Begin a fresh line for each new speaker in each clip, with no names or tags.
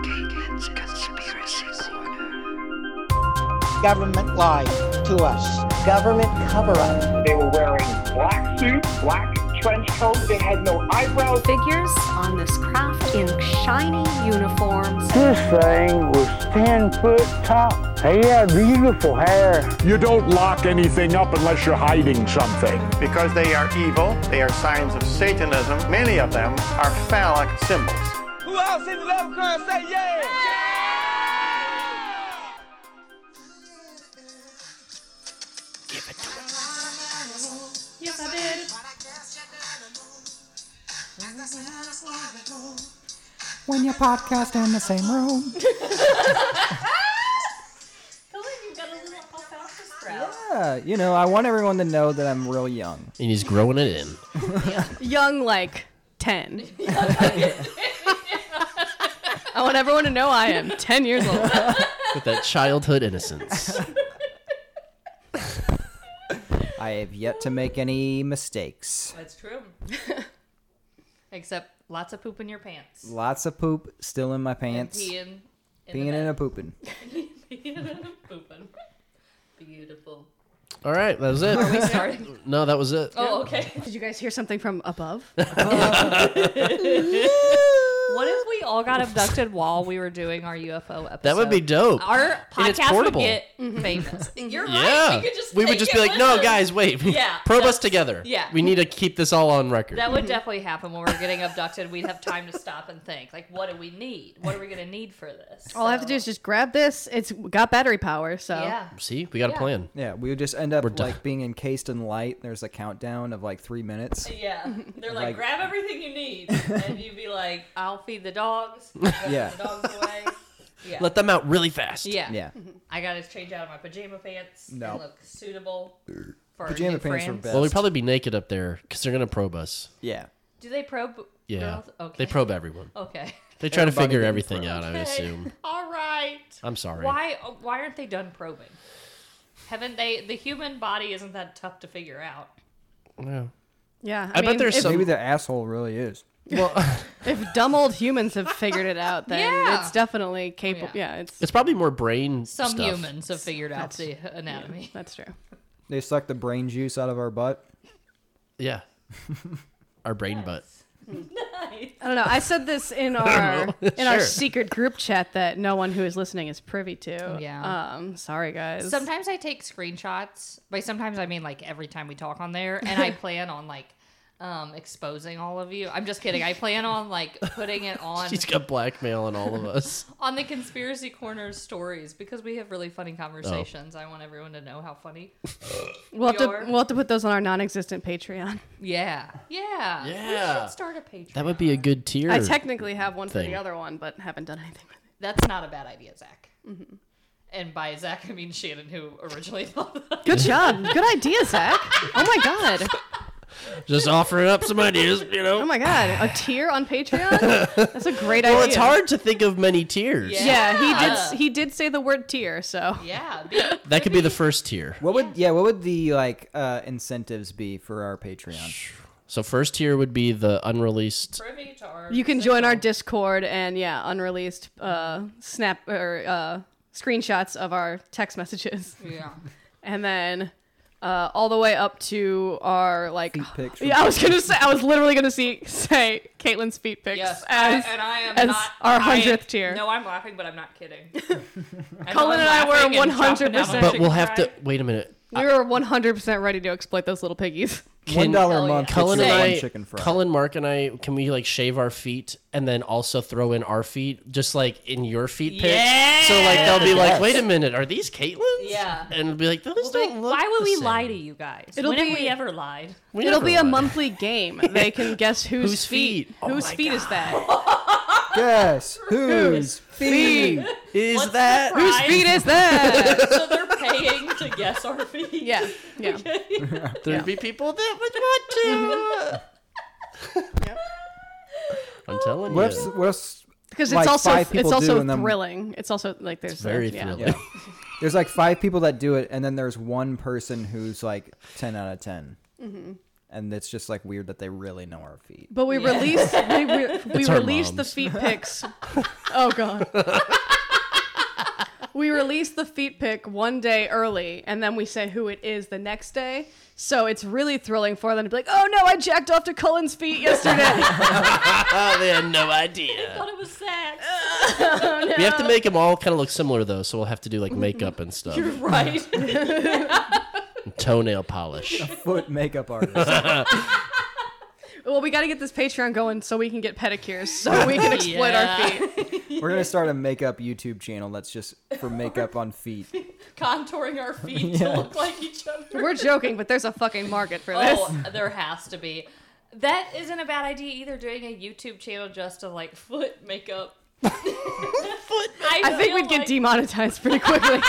It's Conspiracy Corner.
government lied to us.
government cover-up.
They were wearing black suits, black trench coats. They had no eyebrows.
figures on this craft in shiny uniforms.
This thing was 10 foot tall. He had beautiful hair.
You don't lock anything up unless you're hiding something.
Because they are evil, they are signs of Satanism. Many of them are phallic symbols.
Give it to him.
Yes, I did.
When you podcast in the same room.
Feel like you got a little alfalfa sprout.
Yeah, you know, I want everyone to know that I'm real young.
and he's growing it in.
Young, like 10. I want everyone to know I am 10 years old.
with that childhood innocence.
I have yet to make any mistakes.
That's true. Except lots of poop in your pants.
Lots of poop still in my pants.
Peeing. In
Being in a pooping.
Peeing in a pooping. Beautiful.
All right, that was it.
Starting.
No, that was it.
Oh, okay.
Did you guys hear something from above?
What if we all got abducted while we were doing our UFO episode?
That would be dope.
Our
And it's
podcast would
portable.
get famous. Mm-hmm. You're
yeah,
right. We, could just
would
take
just
it
be like,
with
no,
us."
guys, wait.
Yeah,
probe
that's-
us together.
yeah. Mm-hmm.
we need to keep this all on record.
That would definitely happen when we're getting abducted. We'd have time to stop and think. Like, what do we need? What are we going to need for this?
All I have to do is just grab this. It's got battery power, so.
Yeah.
See, we got a
Yeah.
plan.
Yeah, we would just end up
We're done.
like being encased in light. There's a countdown of like three minutes.
Yeah. They're like,
Like-
grab everything you need. And you'd be like, I'll feed the dogs. Yeah.
Yeah.
The dogs away. Yeah.
Let them out really fast.
yeah.
Yeah.
I got to change out of my pajama pants.
No.
And look suitable for
Pajama
new
pants are
friends.
best.
Well, we'd probably be naked up there because they're gonna probe us.
Yeah.
Do they probe
Yeah,
girls? Okay.
they probe everyone.
Okay.
They try to
Everybody
figure
getting
everything
probed.
out. I would
Okay.
assume.
All right.
I'm sorry.
Why why aren't they done probing? Haven't they the human body isn't that tough to figure out.
Yeah.
Yeah.
I bet
mean,
there's
if,
some-
Maybe the asshole really is.
If dumb old humans have figured it out, then
Yeah.
it's definitely capable. Yeah, it's.
It's probably more brain
Some
stuff.
humans have figured out the anatomy.
That's true.
They suck the brain juice out of our butt.
Yeah. Our brain butt.
I don't know. I said this in our in our
Sure.
secret group chat that no one who is listening is privy to.
Yeah.
Um. Sorry, guys.
Sometimes I take screenshots. By sometimes I mean like every time we talk on there, and I plan on like um exposing all of you. I'm just kidding. I plan on like putting it on
She's got blackmail on all of us.
on the conspiracy corners stories because we have really funny conversations. I want everyone to know how funny.
we'll have
we
to
are-
we'll have to put those on our non-existent Patreon.
Yeah. Yeah. We
Yeah.
should start a Patreon.
That would be a good tier.
I technically have one for
thing.
the other one, but haven't done anything with it.
That's not a bad idea, Zach.
Mm-hmm.
And by Zach, I mean Shannon, who originally thought that.
Good job. Good idea, Zach. Oh my god.
Just offering up some ideas, you know.
Oh my god. A tier on Patreon. That's a great idea.
well, it's hard to think of many tiers.
Yeah.
Yeah, he did. s- He did say the word tier. So
Yeah. be-
That could be the first tier.
What would yeah, what would the like uh incentives be for our Patreon?
So first tier would be the unreleased.
privy to our
you can join our Discord and yeah, unreleased uh, snap or uh, screenshots of our text messages,
Yeah.
and then uh, all the way up to our like.
Feet pics from-
Yeah, I was gonna say. I was literally gonna see say Caitlin's feet pics
Yes.
as
I- and I am
as
not
our
I-
hundredth tier.
No, I'm laughing, but I'm not kidding.
Colin and I were 100%
But we'll have to wait a minute.
we were one hundred percent ready to exploit those little piggies.
One dollar
Oh,
a month gets
yeah.
Cullen
you
and
one
I,
chicken fry.
Cullen, Mark, and I, can we like shave our feet and then also throw in our feet, just like in your feet pics? So like they'll be like, wait a minute, are these Caitlin's?
Yeah.
and we'll be like, those don't look.
Why would
the
we
same.
lie to you guys?
It'll
when
be-
have we ever lied?
We
It'll
never
be a
lie.
monthly game. They can guess whose,
Whose
feet,
feet? Oh
whose
my
feet is that?
Guess whose feet?
Is that?
whose feet is that?
so they're paying to guess our feet.
yeah, yeah.
There'd be people that would want to. I'm telling
What's
you,
what's
because it's
like
also
five
it's
people do
also
and then-
thrilling. It's also like there's a-
very
yeah.
thrilling.
yeah. There's
Mm-hmm.
like five people that do it, and then there's one person who's like ten out of ten. and it's just like weird that they really know our feet.
But we released we, re- we
It's her
released the
mom's.
feet pics. oh god. we released the feet pic one day early, and then we say who it is the next day. So it's really thrilling for them to be like, "Oh no, I jacked off to Cullen's feet yesterday."
they had no idea.
it was sex.
We have to make them all kind of look similar though, so we'll have to do like makeup and stuff,
You're right.
and toenail polish.
Foot makeup artist.
well, we got to get this Patreon going so we can get pedicures, so we can exploit our feet.
We're gonna start a makeup YouTube channel that's just for makeup on feet.
Contouring our feet
Yeah.
to look like each other.
We're joking, but there's a fucking market for this.
Oh, there has to be. That isn't a bad idea either. Doing a YouTube channel just of like foot makeup. foot. I,
I think
feel
we'd get
like-
demonetized pretty quickly.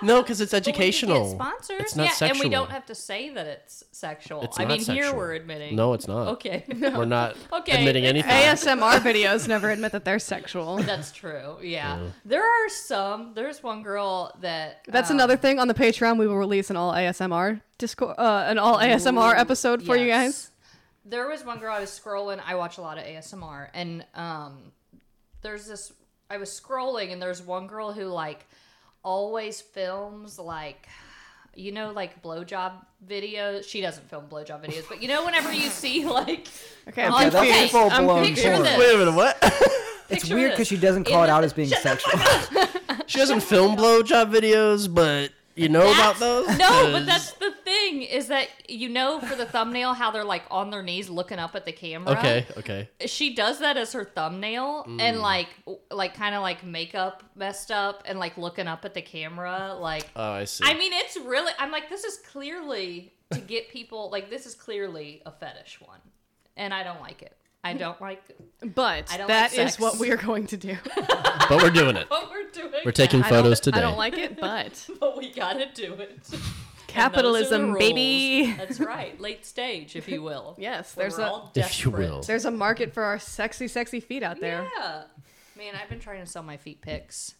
No, because it's
But we could get
educational.
sponsored.
It's not
yeah,
sexual.
and we don't have to say that it's sexual.
It's
I
not
mean, here
sexual.
we're admitting.
No, it's not.
Okay.
We're not
Okay.
admitting anything.
ASMR videos never admit that they're sexual.
That's true. Yeah. There are some. There's one girl that.
That's
um,
another thing on the Patreon. We will release an all ASMR Discord, uh, an all ASMR episode for you guys.
yes. There was one girl I was scrolling. I watch a lot of ASMR, and um, there's this. I was scrolling, and there's one girl who like always films like. You know, like blowjob videos. She doesn't film blowjob videos, but you know, whenever you see like,
Okay, I'm
on-
Yeah, that's
okay,
full blown
picture
porn.
this.
Wait a minute, what?
It's
Picture
weird
this.
because she doesn't call it out as being sexual.
she doesn't film blowjob videos, but you know about
That's-
those?
No,
'Cause-
but that's the thing is that you know for the thumbnail how they're like on their knees looking up at the camera.
okay. Okay. Mm.
She does that as her thumbnail and like w- like kind of like makeup messed up and like looking up at the camera like
Oh, I see.
I mean it's really I'm like this is clearly to get people like this is clearly a fetish one and I don't like it. I don't like
But
I don't
that
like
is what
sex.
we are going to do.
but we're doing it.
what we're doing.
We're taking
I
photos
don't,
today.
I don't like it, but
but we gotta do it. And those are the
capitalism,
rules.
baby.
That's right. Late stage, if you will.
Yes,
We're
there's a-
all
If you
desperate.
will.
There's a market for our sexy, sexy feet out there.
Yeah. Man, I've been trying to sell my feet pics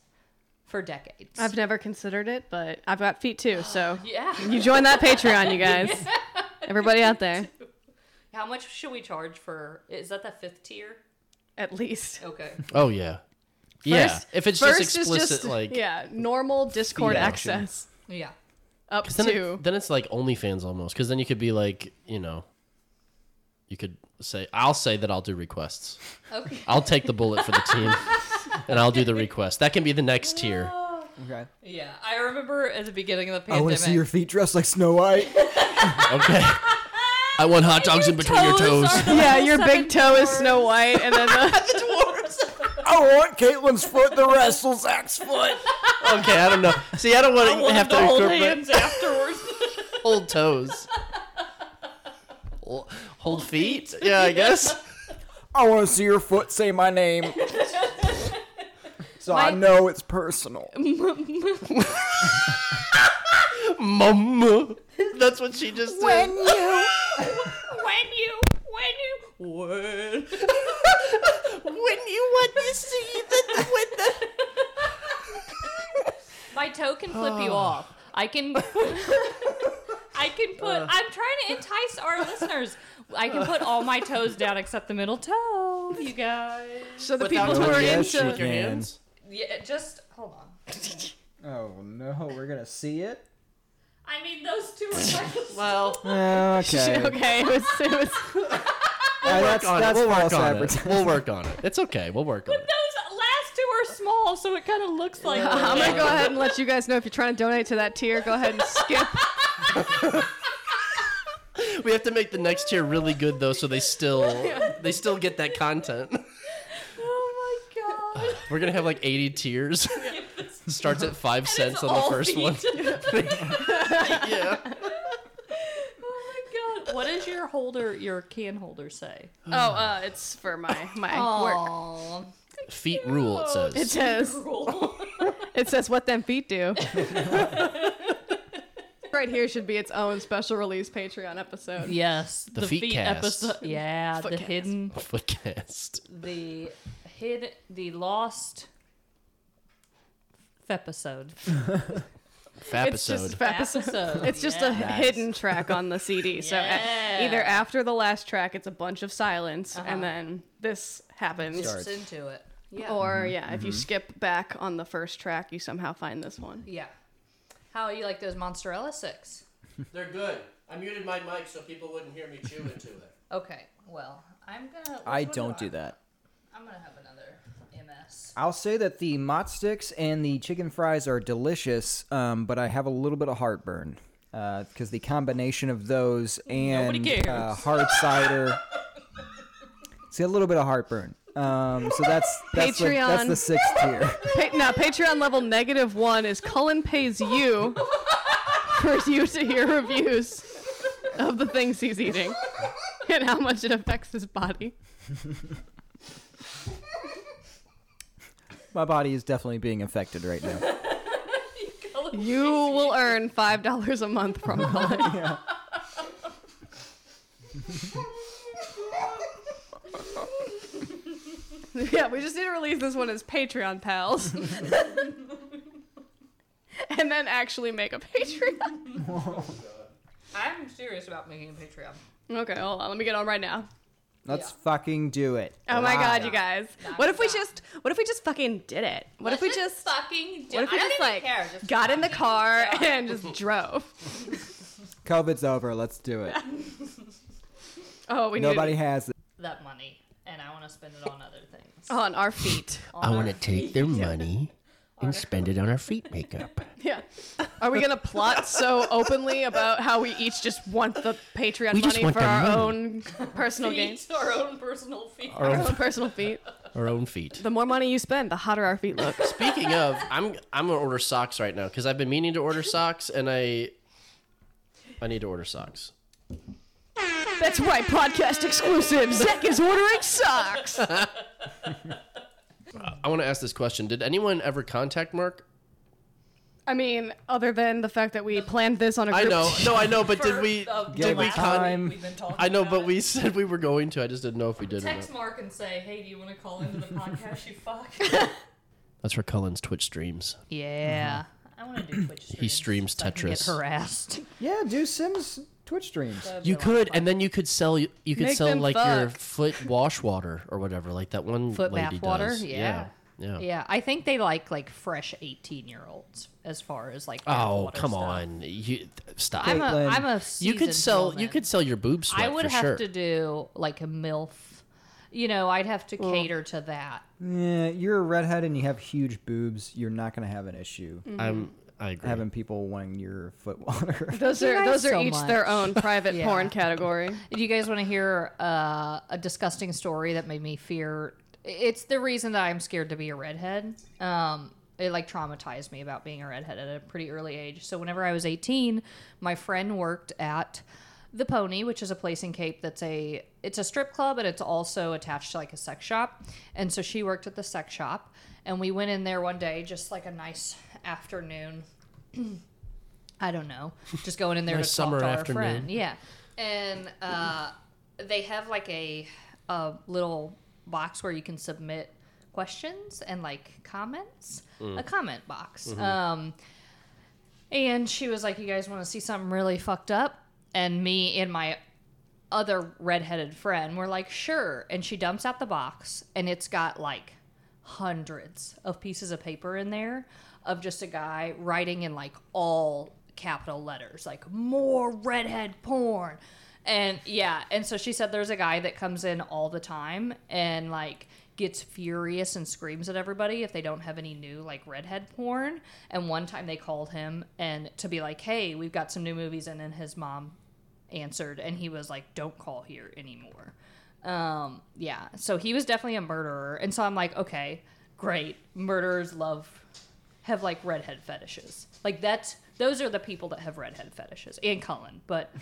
for decades.
I've never considered it, but I've got feet too. So
yeah.
you join that Patreon, you guys. Everybody out there,
How much should we charge for? Is that the fifth tier?
at least.
Okay.
Oh yeah. yeah.
First-
If it's just
first
explicit,
is just,
like
yeah, normal Discord
feet action.
access
Yeah.
up
then, it-
to
then it's like OnlyFans almost, because then you could be like, you know, you could say, I'll say that I'll do requests.
Okay.
I'll take the bullet for the team, and I'll do the request. That can be the next tier.
Okay.
Yeah. I remember at the beginning of the
I
pandemic.
want to see your feet dressed like Snow White.
Okay. I want hot dogs in between your toes.
are the
yeah,
little
your big
seven
toe is
dwarfs.
Snow White, and then the,
I want Caitlin's foot to wrestle Zach's foot.
Okay, I don't know. See, I don't want to have to
Hold
incorporate
hands afterwards.
hold toes. Hold, hold feet? Yeah, I guess.
I want to see your foot say my name. So I know it's personal.
Mama. That's what she just did.
you
when you, when you, when.
When you want to see the, when the
My toe can flip you
Ah.
off. I can. I can put.
Ah.
I'm trying to entice our listeners. I can put all my toes down except the middle toe. You guys.
so the people who
doing
are
it.
Oh, Yes, you
into
can. hands?
Yeah. Just hold on.
Oh no, we're gonna see it.
I mean, those two are.
Well,
Okay,
okay, it was, it was
Uh, that's,
on it.
that's
we'll work
false
on it.
advertising.
We'll work on it. It's okay. We'll work on it.
Those last two are small, so it kind of looks like.
Oh
I'm gonna go ahead and let you guys know if you're trying to donate to that tier, go ahead and skip.
We have to make the next tier really good though, so they still they still get that content.
Oh my god.
We're gonna have like 80 tiers. Starts at five cents
It's
on
all
the first
feet.
one. yeah.
oh my god. What does your holder, your can holder, say?
Oh, uh, it's for my my work.
Oh.
Feet rule. It says.
It says it says what them feet do. right here should be its own special release Patreon episode.
Yes, the,
feet cast.
Yeah, the
cast.
hidden,
Footcast.
the uh, hid, the lost episode.
It's just Fapisode. It's just a
Nice.
hidden track on the CD. So a-
Yeah.
either after the last track, it's a bunch of silence,
Uh-huh.
and then this happens.
Starts. Listen to it. Yeah.
Or yeah, if you
Mhm.
skip back on the first track, you somehow find this one.
Yeah. How you like those mozzarella sticks?
They're good. I muted my mic so people wouldn't hear me chew into it.
Okay. Well, I'm gonna.
I
which one
don't do that.
I'm gonna have another MS.
I'll say that the mott sticks and the chicken fries are delicious, um, but I have a little bit of heartburn because the combination of those and
cares.
uh, hard cider. See, a little bit of heartburn. Um, so that's that's the, that's
Patreon.
the sixth tier.
Pa- now Patreon level negative one is Cullen pays you for you to hear reviews of the things he's eating and how much it affects his body.
My body is definitely being affected right now.
You will earn five dollars a month from Cullen. yeah, we just need to release this one as Patreon pals. and then actually make a Patreon.
I'm serious about making a Patreon.
okay, hold on. Let me get on right now.
Let's fucking do it.
Oh my
Wow.
god, you guys. What if we just what if we just fucking did it? What if we just
fucking? Do-
what if we
I don't
just
even
like
care. Just
got in the car and just drove?
COVID's over. Let's do it.
Oh, we
Nobody
need
has it.
that money, and I want to spend it on other things.
on our feet.
I want to take their money and spend it on our feet makeup.
Yeah. Are we gonna plot so openly about how we each just want the Patreon
We just
money
want
for
the
our
money.
own personal gains?
Feet, Our own personal feet.
Our own personal feet.
Our own feet.
The more money you spend, the hotter our feet look.
Speaking of, I'm I'm gonna order socks right now because I've been meaning to order socks and I I need to order socks.
That's right, podcast exclusive. Zach is ordering socks.
I want to ask this question: Did anyone ever contact Mark?
I mean, other than the fact that we planned this on a
I
group
know, no, I know, but did
For
we?
the
Did we
last
con-
week we've been talking
I know, but we said we were going to. I just didn't know if we did or not.
Text Mark and say, "Hey, do you want to call into the podcast? You fuck."
That's for Cullen's Twitch streams.
yeah, I want to do Twitch.
He streams
I can get
Tetris.
harassed.
Yeah, do Sims Twitch streams.
You could, and then you could sell. You could
Make
sell
them
like your
fuck.
foot wash water or whatever, like that one
Foot
lady
bath water?
does.
Yeah.
yeah,
Yeah. I think they like like fresh eighteen year olds as far as like.
Oh
bathwater
come
stuff.
on! You th- stop.
I'm a- Caitlin. I'm a
You
seasoned
could sell. You
woman.
could sell your boob sweat.
I would
for
have
sure.
to do like a milf. You know, I'd have to cater to that.
Yeah, you're a redhead and you have huge boobs. You're not gonna have an issue.
Mhm. I'm-
I agree.
Having people wanting your foot water.
Those
You
are
guys
those are
so
each their
much.
own private
Yeah.
porn category.
Do you guys want to hear uh, a disgusting story that made me fear? It's the reason that I'm scared to be a redhead. Um, it like traumatized me about being a redhead at a pretty early age. So whenever I was 18, my friend worked at the Pony, which is a place in Cape that's a it's a strip club and it's also attached to like a sex shop. And so she worked at the sex shop, and we went in there one day, just like a nice afternoon. I don't know, just going in there
Nice
to talk
summer
to our
afternoon.
friend. Yeah, and uh, they have like a a little box where you can submit questions and like comments,
Mm.
a comment box.
Mm-hmm.
Mhm.
Um, and she was like, "You guys want to see something really fucked up?" And me and my other redheaded friend were like, "Sure." And she dumps out the box, and it's got like hundreds of pieces of paper in there of just a guy writing in like all capital letters, like more redhead porn. And yeah, and so she said there's a guy that comes in all the time and like gets furious and screams at everybody if they don't have any new like redhead porn. And one time they called him and to be like, "Hey, we've got some new movies." And then his mom answered and he was like, "Don't call here anymore." Um, yeah. So he was definitely a murderer. And so I'm like, okay, great. Murderers love have like redhead fetishes. Like that's those are the people that have redhead fetishes. And Cullen, but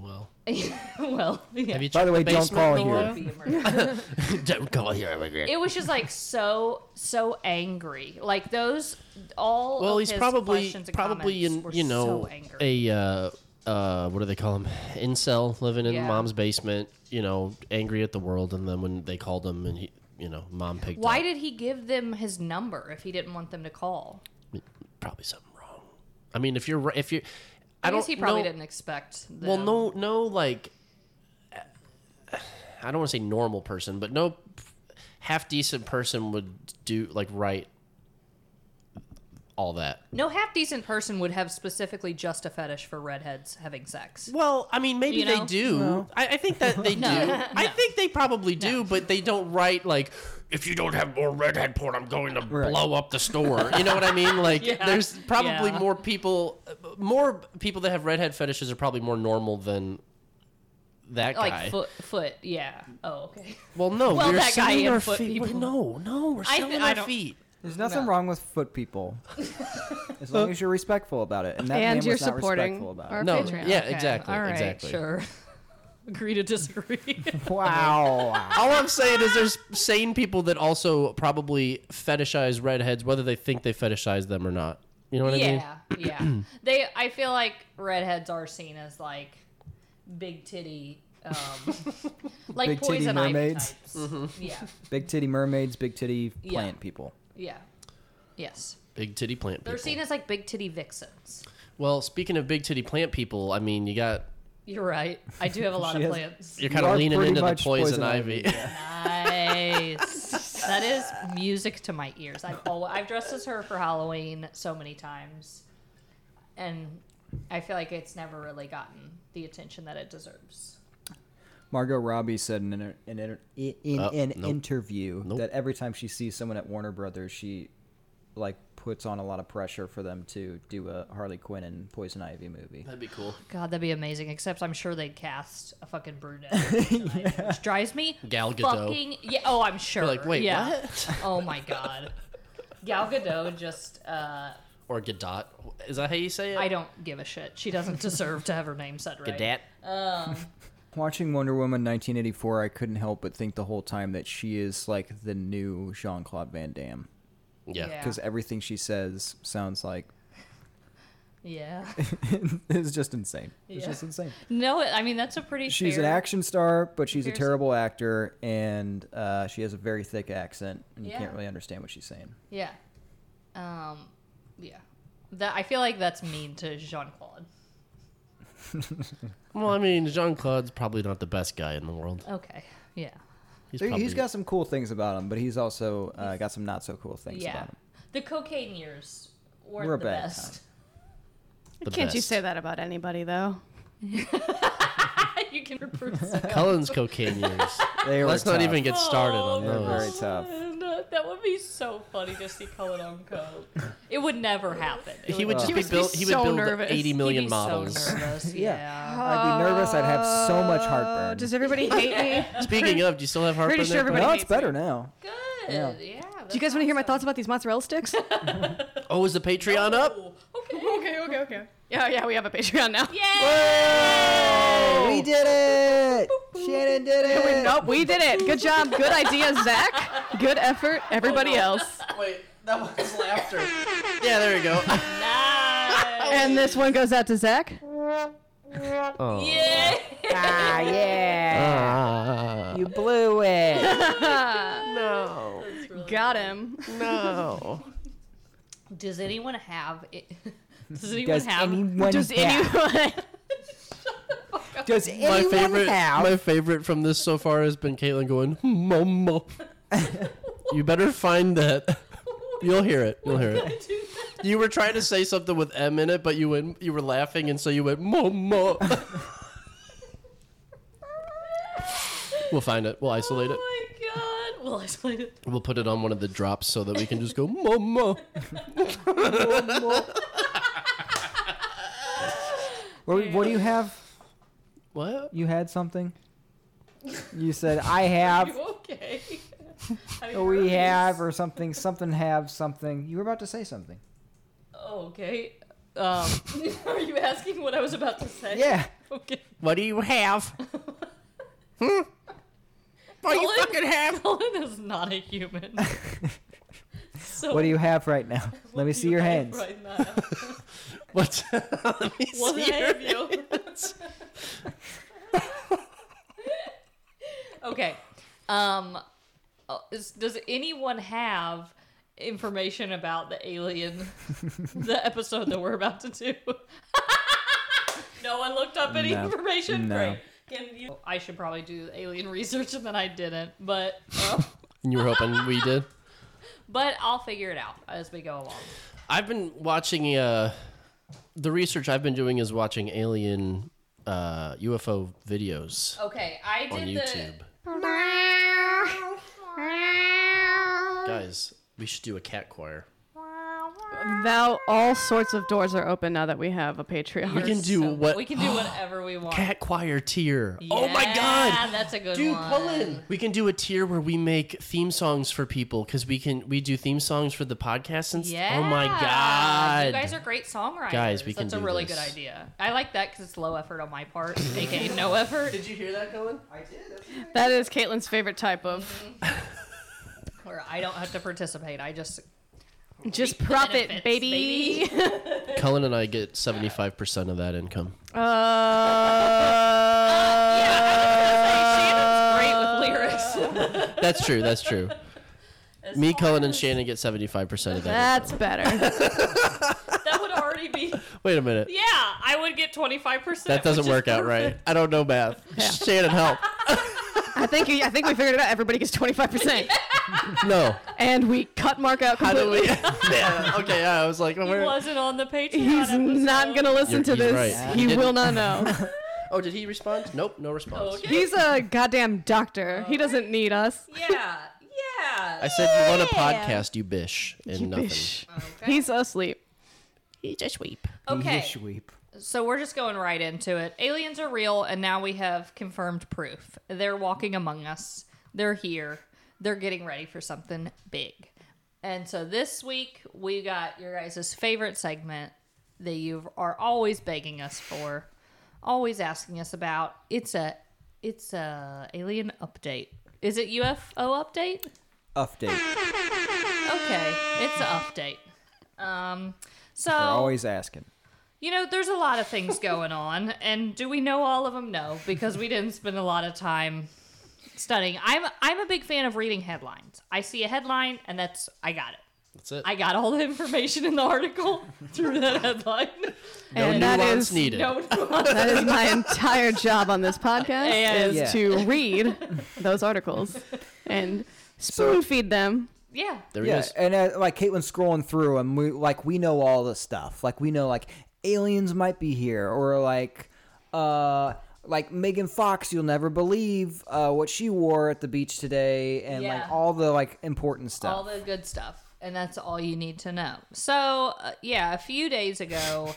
Well,
well, yeah.
Have you By the checked way, the don't basement call below? here. Don't call here.
It was just like so so angry. Like those all
well,
of
he's
his
probably
questions and
probably
comments
in
were
you
so
know
angry.
a uh, uh, what do they call him? Incel living in
Yeah.
mom's basement. You know, angry at the world, and then when they called him, and he, you know, mom picked
Why
up.
did he give them his number if he didn't want them to call?
Probably something wrong.
I mean, if you're if you, I,
I
don't.
guess he probably
know-
didn't expect. Them.
Well, no, no, like, I don't want to say normal person, but no half decent person would do like write all that.
No half decent person would have specifically just a fetish for redheads having sex.
Well, I mean, maybe
You
they
know?
do. I, I think that they do. I think they probably do, but they don't write like, if you don't have more redhead porn, I'm going to blow up the store. You know what I mean? Like,
Yeah.
there's probably
Yeah.
more people, more people that have redhead fetishes are probably more normal than that guy.
Like foot, foot, yeah. Oh, okay.
Well, no,
well,
we're
that guy
selling
and
our
foot
feet.
people.
No, no, we're
I
selling
th-
our
I don't-
feet.
There's nothing wrong with foot people, as long as you're respectful about it. And that man
And
was
you're
not
supporting
respectful about
our
it.
No, Patreon.
yeah, exactly,
All right.
exactly.
Sure. Agree to disagree.
wow.
All I'm saying is there's sane people that also probably fetishize redheads, whether they think they fetishize them or not. You know what I mean?
yeah, yeah. They, I feel like redheads are seen as like big titty, um, like
big titty
poison ivy
mermaids.
types. Yeah,
Big titty mermaids, big titty
Yeah.
plant people.
yeah, yes.
Big titty plant
They're
people.
seen as like big titty vixens.
Well, speaking of big titty plant people, I mean, you got
You're right. I do have a lot of
She has-
plants.
you're kind of leaning into the poison, ivy.
Nice. that is music to my ears. I've always, I've dressed as her for Halloween so many times, and I feel like it's never really gotten the attention that it deserves.
Margot Robbie said in an, in an, in, in
Uh,
an
nope.
interview that every time she sees someone at Warner Brothers, she like puts on a lot of pressure for them to do a Harley Quinn and Poison Ivy movie.
That'd be cool.
God, that'd be amazing. Except I'm sure they'd cast a fucking brunette, tonight, which drives me
Gal Gadot.
fucking yeah. Oh, I'm sure.
like, wait,
yeah.
what?
Oh my god, Gal Gadot just. uh
Or Gadot. Is that how you say it?
I don't give a shit. She doesn't deserve to have her name said right.
Gadat.
Um,
Watching Wonder Woman 1984, I couldn't help but think the whole time that she is like the new Jean Claude Van Damme.
Yeah. Yeah.
Because everything she says sounds like
yeah.
it's just insane. It's
Yeah.
just insane.
No, I mean that's a pretty.
She's
fair...
an action star, but she's a
fair-
terrible actor, and uh, she has a very thick accent, and you
Yeah.
can't really understand what she's saying.
Yeah. Um, yeah. That I feel like that's mean to Jean Claude.
Well, I mean, Jean Claude's probably not the best guy in the world.
Okay. Yeah.
He's
There-
probably
he's got some cool things about him, but he's also uh, got some not so cool things
yeah.
about him.
The cocaine years were
We're
the
back.
best.
the
Can't you
best.
say that about anybody though?
you can reprove someone.
Cullen's cocaine years.
They were
Let's not
tough.
even get started
Oh,
on
They're
those.
very tough.
uh, That would be so funny to see Cullen on coke. It would never happen. It
He would just be built. He would
so
build
nervous.
eighty
He'd
million
be so
models.
nervous,
Yeah. I'd be nervous. I'd have so much heartburn.
Does everybody hate me?
Speaking of, do you still have heartburn?
Pretty sure
there,
everybody
Cullen?
It's better now.
Good.
Yeah.
Do you guys want to hear my thoughts about these mozzarella sticks?
Oh, is the Patreon up?
Oh, okay, okay, okay. Yeah, yeah, we have a Patreon now.
We did it! Shannon did it!
We, nope, we did it. Good job. Good idea, Zach. Good effort, everybody else.
Oh, Wait, that was laughter.
Yeah, there you go.
And this one goes out to Zach.
Oh.
Yeah.
Ah, yeah.
Ah.
You blew it.
no.
Got him.
No.
Does anyone have it? Does anyone
Does
have
anyone
Does
have-
anyone?
Does
My
anyone
favorite,
have?
my favorite from this so far has been Caitlin going, "Mama, you better find that. You'll hear it. You'll hear it." You were trying to say something with M in it, but you went, you were laughing, and so you went, "Mama." we'll find it. We'll isolate it.
Oh my god. Well, I played it.
We'll put it on one of the drops so that we can just go, "Mama."
What, what do you have?
What?
You had something? You said, I have,
You okay? I mean,
we
really-
have, or something, something have, something. You were about to say something.
Oh, okay. Um, are you asking what I was about to say?
Yeah.
Okay.
What do you have?
What you fucking have? Cullen Hmm? is not a human. so
What do you have right now? Let me see your hands.
Right now.
What? Let me
What
see
do I
your
have you?
hands.
Okay. Um, uh, is- does anyone have information about the alien, the episode that we're about to do. no one looked up any
No.
information.
No.
Great. Can you? I should probably do alien research, and then I didn't. But well,
And you were hoping we did.
but I'll figure it out as we go along.
I've been watching uh the research I've been doing is watching alien uh UFO videos.
Okay, I
on
Oh, did the-
YouTube. Guys, we should do a cat choir.
Thou all sorts of doors are open now that we have a Patreon.
We can do what
We can do whatever we want.
cat choir tier. Oh my
Yeah,
god.
that's a good
Dude,
one.
Cullen. We can do a tier where we make theme songs for people cuz we can we do theme songs for the podcast and st-
Yeah.
Oh my god.
You guys are great songwriters.
Guys, we
That's
can
a
do
really
this.
good idea. I like that because it's low effort on my part, aka no effort.
Did you hear that, Cullen? I did.
That is Caitlin's favorite type of.
Where I don't have to participate. I just
Just
reap the
profit,
benefits,
baby.
Cullen and I get 75% of that income.
Uh.
Uh,
great with lyrics.
That's true. That's true. Me, Cullen, and Shannon get 75% of that.
That's better.
that would already be.
Wait a minute.
Yeah, I would get twenty five percent.
That doesn't work out right. I don't know math. Shannon, help.
I think you, I think we figured it out. Everybody gets twenty five percent,
No.
and we cut Mark out completely.
Yeah, okay, yeah, I was like,
He
where?
wasn't on the Patreon.
He's not gonna listen
You're-
to
he's
this.
right.
He,
He
will
didn't.
not know.
Oh, did he respond? Nope, no
Oh,
response.
He's a goddamn doctor. He doesn't need us.
Yeah, yeah.
I said, you want a podcast, you bish. And
You
nothing.
bish.
Oh,
He's asleep. He's asleep.
Okay.
Sweep.
So we're just going right into it. Aliens are real, and now we have confirmed proof. They're walking among us. They're here. They're getting ready for something big. And so this week we got your guys' favorite segment that you are always begging us for, always asking us about. It's a it's a alien update. Is it UFO update?
Update. They're
Okay, it's an update. Um, so
always asking.
you know, there's a lot of things going on, and do we know all of them? No, because we didn't spend a lot of time studying. I'm I'm a big fan of reading headlines. I see a headline, and that's I got it.
That's it.
I got all the information in the article through that headline.
No
And that
nuance
is-
needed.
No,
That is my entire job on this podcast is
Yeah.
to read those articles and spoon feed them.
yeah.
There he
yeah,
is.
and uh, like Caitlin's scrolling through, and we like we know all the stuff. Like we know like aliens might be here, or like uh like Megan Fox, you'll never believe uh, what she wore at the beach today, and
Yeah.
like all the like important stuff.
All the good stuff. And that's all you need to know. So, uh, yeah, a few days ago,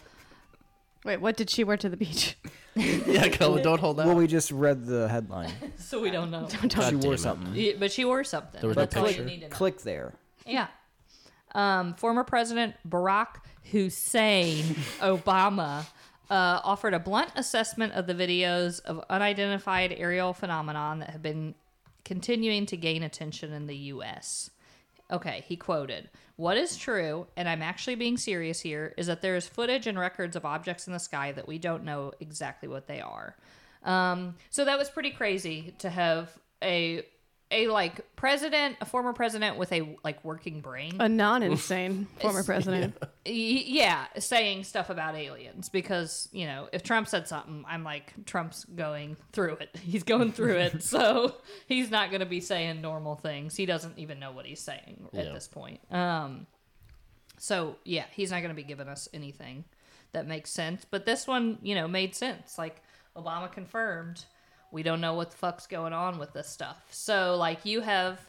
Wait, what did she wear to the beach?
Yeah, Cullen, don't hold out.
well, we just read the headline.
so we don't know.
God
she
damn
wore
it.
something.
Yeah, But she wore something.
There was no
that's all you
picture.
need to know.
Click there.
Yeah. Um, former President Barack Hussein Obama uh, offered a blunt assessment of the videos of unidentified aerial phenomenon that have been continuing to gain attention in the U.S. Okay, he quoted, What is true, and I'm actually being serious here, is that there is footage and records of objects in the sky that we don't know exactly what they are. Um, so that was pretty crazy to have a a like president, a former president with a like working brain.
A non-insane former president.
Y- yeah, saying stuff about aliens because, you know, if Trump said something, I'm like, Trump's going through it. He's going through it. So he's not going to be saying normal things. He doesn't even know what he's saying at
Yeah.
this point. Um, so, yeah, he's not going to be giving us anything that makes sense. But this one, you know, made sense. Like, Obama confirmed we don't know what the fuck's going on with this stuff. So, like, you have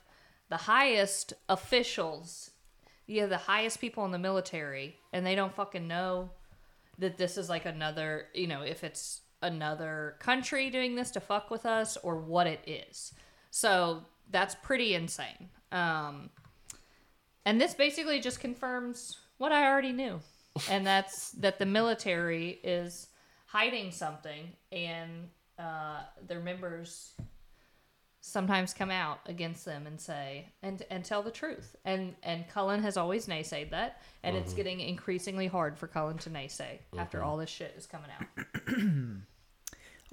the highest officials you have the highest people in the military and they don't fucking know that this is like another you know if it's another country doing this to fuck with us or what it is so that's pretty insane um and this basically just confirms what i already knew and that's that the military is hiding something and uh, their members sometimes come out against them and say and and tell the truth. And and Cullen has always naysayed that, and it's getting increasingly hard for Cullen to naysay after all this shit is coming out.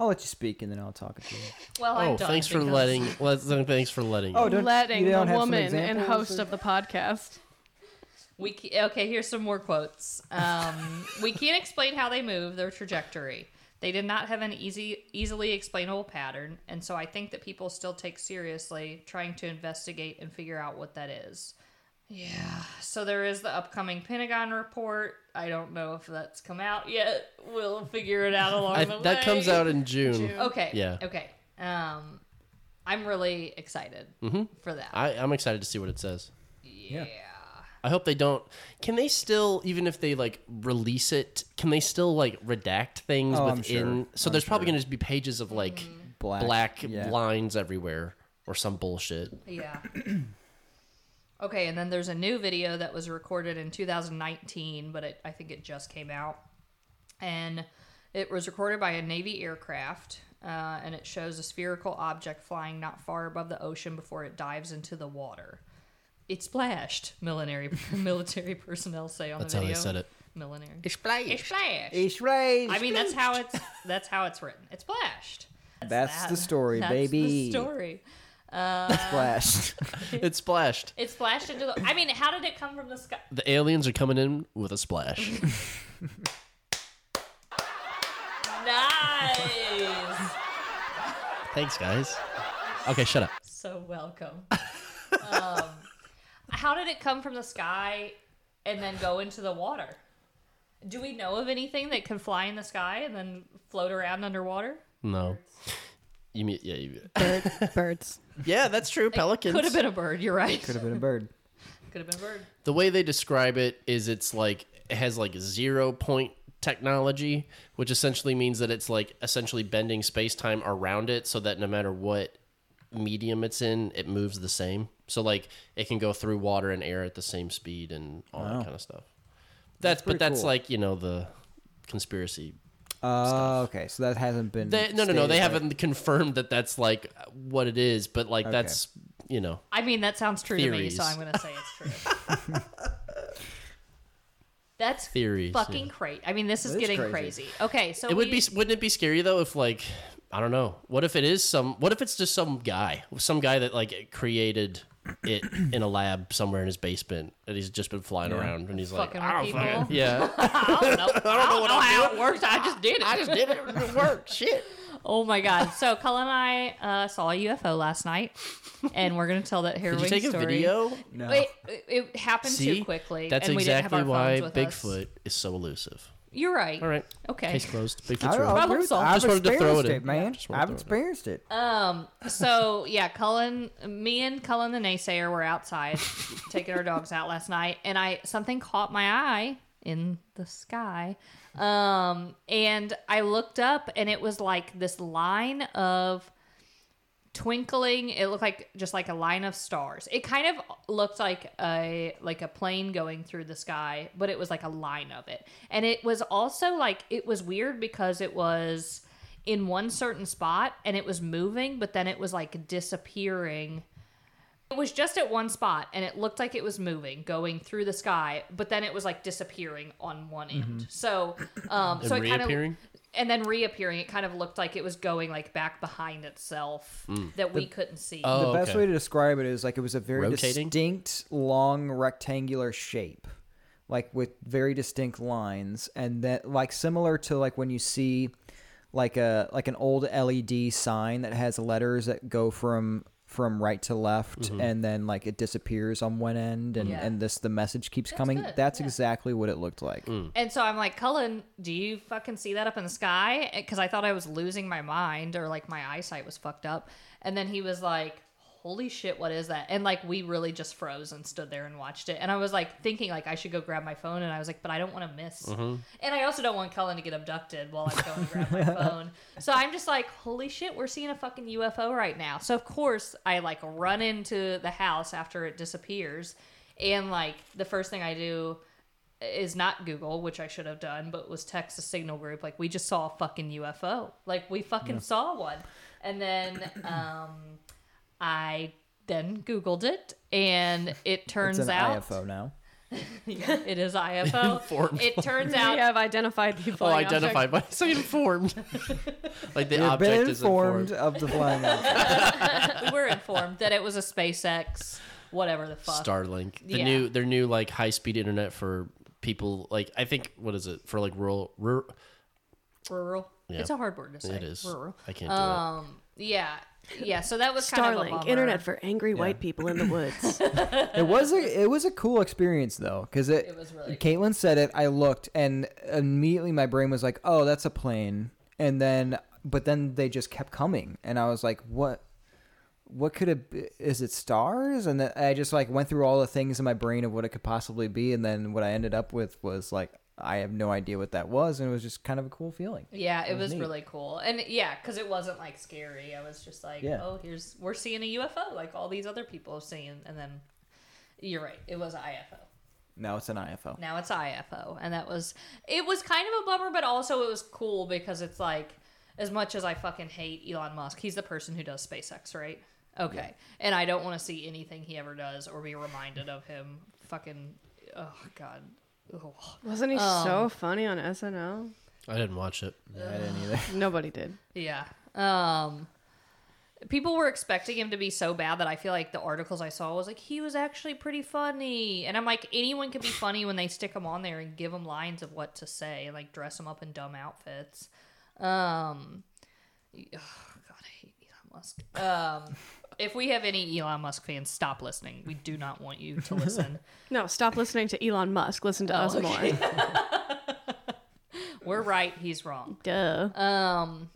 I'll let you speak, and then I'll talk to you.
Well, I'm
Oh,
done
thanks for
because-
letting. let- Thanks for letting.
Oh, don't-
Letting
you don't
the
have some
woman and
examples
host of the podcast
We ca- okay. Here's some more quotes. Um, we can't explain how they move, their trajectory. They did not have an easy, easily explainable pattern, and so I think that people still take seriously trying to investigate and figure out what that is. Yeah. So there is the upcoming Pentagon report. I don't know if that's come out yet. We'll figure it out along
I-
the way.
that comes out in June. June.
Okay.
Yeah.
Okay. Um, I'm really excited
Mm-hmm.
for that.
I, I'm excited to see what it says.
Yeah.
I hope they don't. Can they still, even if they like release it, can they still like redact things
Oh, I'm
within?
sure.
So
I'm
there's probably
sure.
going to be pages of like
Mm-hmm.
Black,
black,
yeah.
lines everywhere or some bullshit.
Yeah. okay, and then there's a new video that was recorded in 2019, but it, I think it just came out. And it was recorded by a Navy aircraft, uh, and it shows a spherical object flying not far above the ocean before it dives into the water. It splashed, military, military personnel say on
That's
the
how they
video.
said it.
Military.
It splashed.
It splashed.
It splashed.
I mean, that's how it's that's how it's written. It splashed.
That's the story,
That's
baby.
The story. Uh,
Splashed.
it splashed.
It splashed into the. I mean, how did it come from the sky?
The aliens are coming in with a splash.
Nice.
Thanks, guys. Okay, shut up.
so welcome. Um, how did it come from the sky and then go into the water? Do we know of anything that can fly in the sky and then float around underwater?
No. You mean yeah? You,
Bird, birds.
Yeah, that's true. Pelicans
could have been a bird. You're right.
Could have been a bird.
Could have been a bird.
The way they describe it is it's like it has like zero point technology, which essentially means that it's like essentially bending space time around it so that no matter what medium it's in, it moves the same. So like it can go through water and air at the same speed and all
Wow.
that kind of stuff.
That's
That's,
pretty
but that's
cool.
like, you know, the conspiracy.
Uh, okay, so that hasn't been.
They, no, no, no.
stated,
They
right?
haven't confirmed that that's like what it is, but like
Okay.
that's, you know.
I mean, that sounds true
Theories.
to me, so I'm going to say it's true. That's
Theories,
Fucking
yeah.
crazy. I mean, this is
That is
getting crazy.
crazy.
Okay, so
it would
we-
be wouldn't it be scary though if like I don't know. What if it is some what if it's just some guy, some guy that like created it in a lab somewhere in his basement and he's just been flying
Yeah.
around and he's
Fucking
like, I don't
with
fucking
people.
yeah.
I don't know. I don't, know, how it works. I just did it.
I just did it. It worked. Shit.
Oh my god. So Cullen and I uh, saw a UFO last night, and we're gonna tell that here.
Did you take a video? No.
It, it happened
See?
too quickly.
That's
and we
exactly
didn't have our
why
phones with us.
Bigfoot is so elusive.
You're right.
All right.
Okay.
Case closed. Bigfoot's
I don't
real.
know, Problem dude, solved. I've
Just wanted to throw it,
experienced
in.
it, man.
Just wanted to
I've
throw it in.
experienced it.
Um. So yeah, Cullen, me and Cullen the naysayer were outside taking our dogs out last night, and I something caught my eye in the sky, um, and I looked up, and it was like this line of twinkling it looked like just like a line of stars it kind of looked like a like a plane going through the sky but it was like a line of it and it was also like it was weird because it was in one certain spot and it was moving but then it was like disappearing it was just at one spot and it looked like it was moving going through the sky but then it was like disappearing on one end
Mhm.
so um
And
so it kind of
reappearing?
and then reappearing it kind of looked like it was going like back behind itself
Mm.
that we
The-
couldn't see
the best way to describe it is like it was a very
Oh, Rotating?
distinct, long rectangular shape, like with very distinct lines, and that like similar to like when you see like a like an old LED sign that has letters that go from from right to left
Mhm.
and then like it disappears on one end and,
Yeah.
and this the message keeps coming
good,
that's
yeah.
exactly what it looked like
Mm.
and so i'm like cullen do you fucking see that up in the sky because i thought i was losing my mind or like my eyesight was fucked up and then he was like holy shit what is that and like we really just froze and stood there and watched it and i was like thinking like i should go grab my phone and i was like but i don't want to miss
Mhm.
and i also don't want cullen to get abducted while i'm going to grab my phone so i'm just like holy shit we're seeing a fucking ufo right now so of course i like run into the house after it disappears and like the first thing i do is not Google, which I should have done, but was text the signal group. Like we just saw a fucking UFO. Like we fucking
Yeah.
saw one. And then um, I then Googled it, and it turns
it's an
out
ifo now
Yeah, it is IFO.
Informed.
It turns
We
out
have identified the
Oh,
flying
identified
object.
by so informed. like the
You've
object
been
is informed.
informed of the flying object.
we were informed that it was a SpaceX whatever the fuck.
Starlink. The
Yeah.
new their new like high speed internet for people like I think what is it for like rural rural
Rural.
Yeah.
It's a hard word to say.
It is.
Rural.
I can't do it.
um, it. Yeah. Yeah. So that was kind of a
Starlink,
bummer.
internet for angry white people in the woods.
it was a it was a cool experience though because it, Caitlin said it. I looked and immediately my brain was like, "Oh, that's a plane." And then, but then they just kept coming, and I was like, "What? What could it? Be? Is it stars?" And then I just like went through all the things in my brain of what it could possibly be, and then what I ended up with was like, I have no idea what that was, and it was just kind of a cool feeling.
Yeah, it
Oh,
It was
was
neat.
really cool. And yeah, because it wasn't like scary. I was just like,
Yeah.
oh, here's, we're seeing a UFO like all these other people have seen. And then you're right. It was an IFO.
Now it's an IFO.
Now it's IFO. And that was, it was kind of a bummer, but also it was cool because it's like, as much as I fucking hate Elon Musk, he's the person who does SpaceX, right? Okay.
Yeah.
And I don't want to see anything he ever does or be reminded of him fucking, oh, God. Ugh.
Wasn't he so
Um,
funny on SNL?
I didn't watch it.
I didn't either.
Nobody did.
Yeah. Um people were expecting him to be so bad that I feel like the articles I saw was like he was actually pretty funny. And I'm like anyone can be funny when they stick him on there and give him lines of what to say and like dress him up in dumb outfits. Um y- oh, god, I hate Elon Musk. Um if we have any Elon Musk fans, stop listening. We do not want you to listen.
No, stop listening to Elon Musk. Listen
Oh,
to us more.
Uh, We're right, he's wrong.
Duh.
Um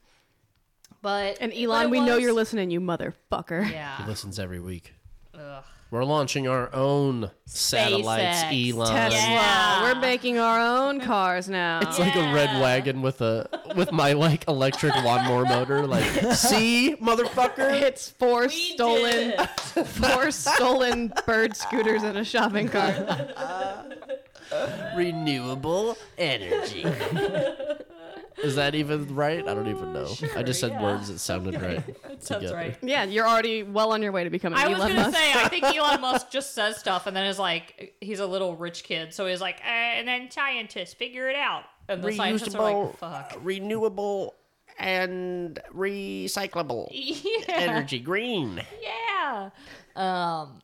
but
And
but
Elon,
it
we know
was-
you're listening, you motherfucker.
Yeah.
He listens every week.
Ugh.
We're launching our own satellites,
SpaceX,
Elon.
Tesla. We're making our own cars now.
It's like a red wagon with a with my like electric lawnmower motor. Like, see, motherfucker.
It's four stolen, four stolen bird scooters in a shopping cart.
renewable energy. Is that even right? I don't even know. I just said words that sounded right. together.
Yeah, you're already well on your way to becoming
I
Elon
was gonna
Musk.
say, I think Elon Musk just says stuff and then is like, he's a little rich kid, so he's like, uh, and then scientists figure it out, and the scientists are like,
Reusable,
fuck,
renewable, and recyclable
yeah,
energy, green.
yeah. Um,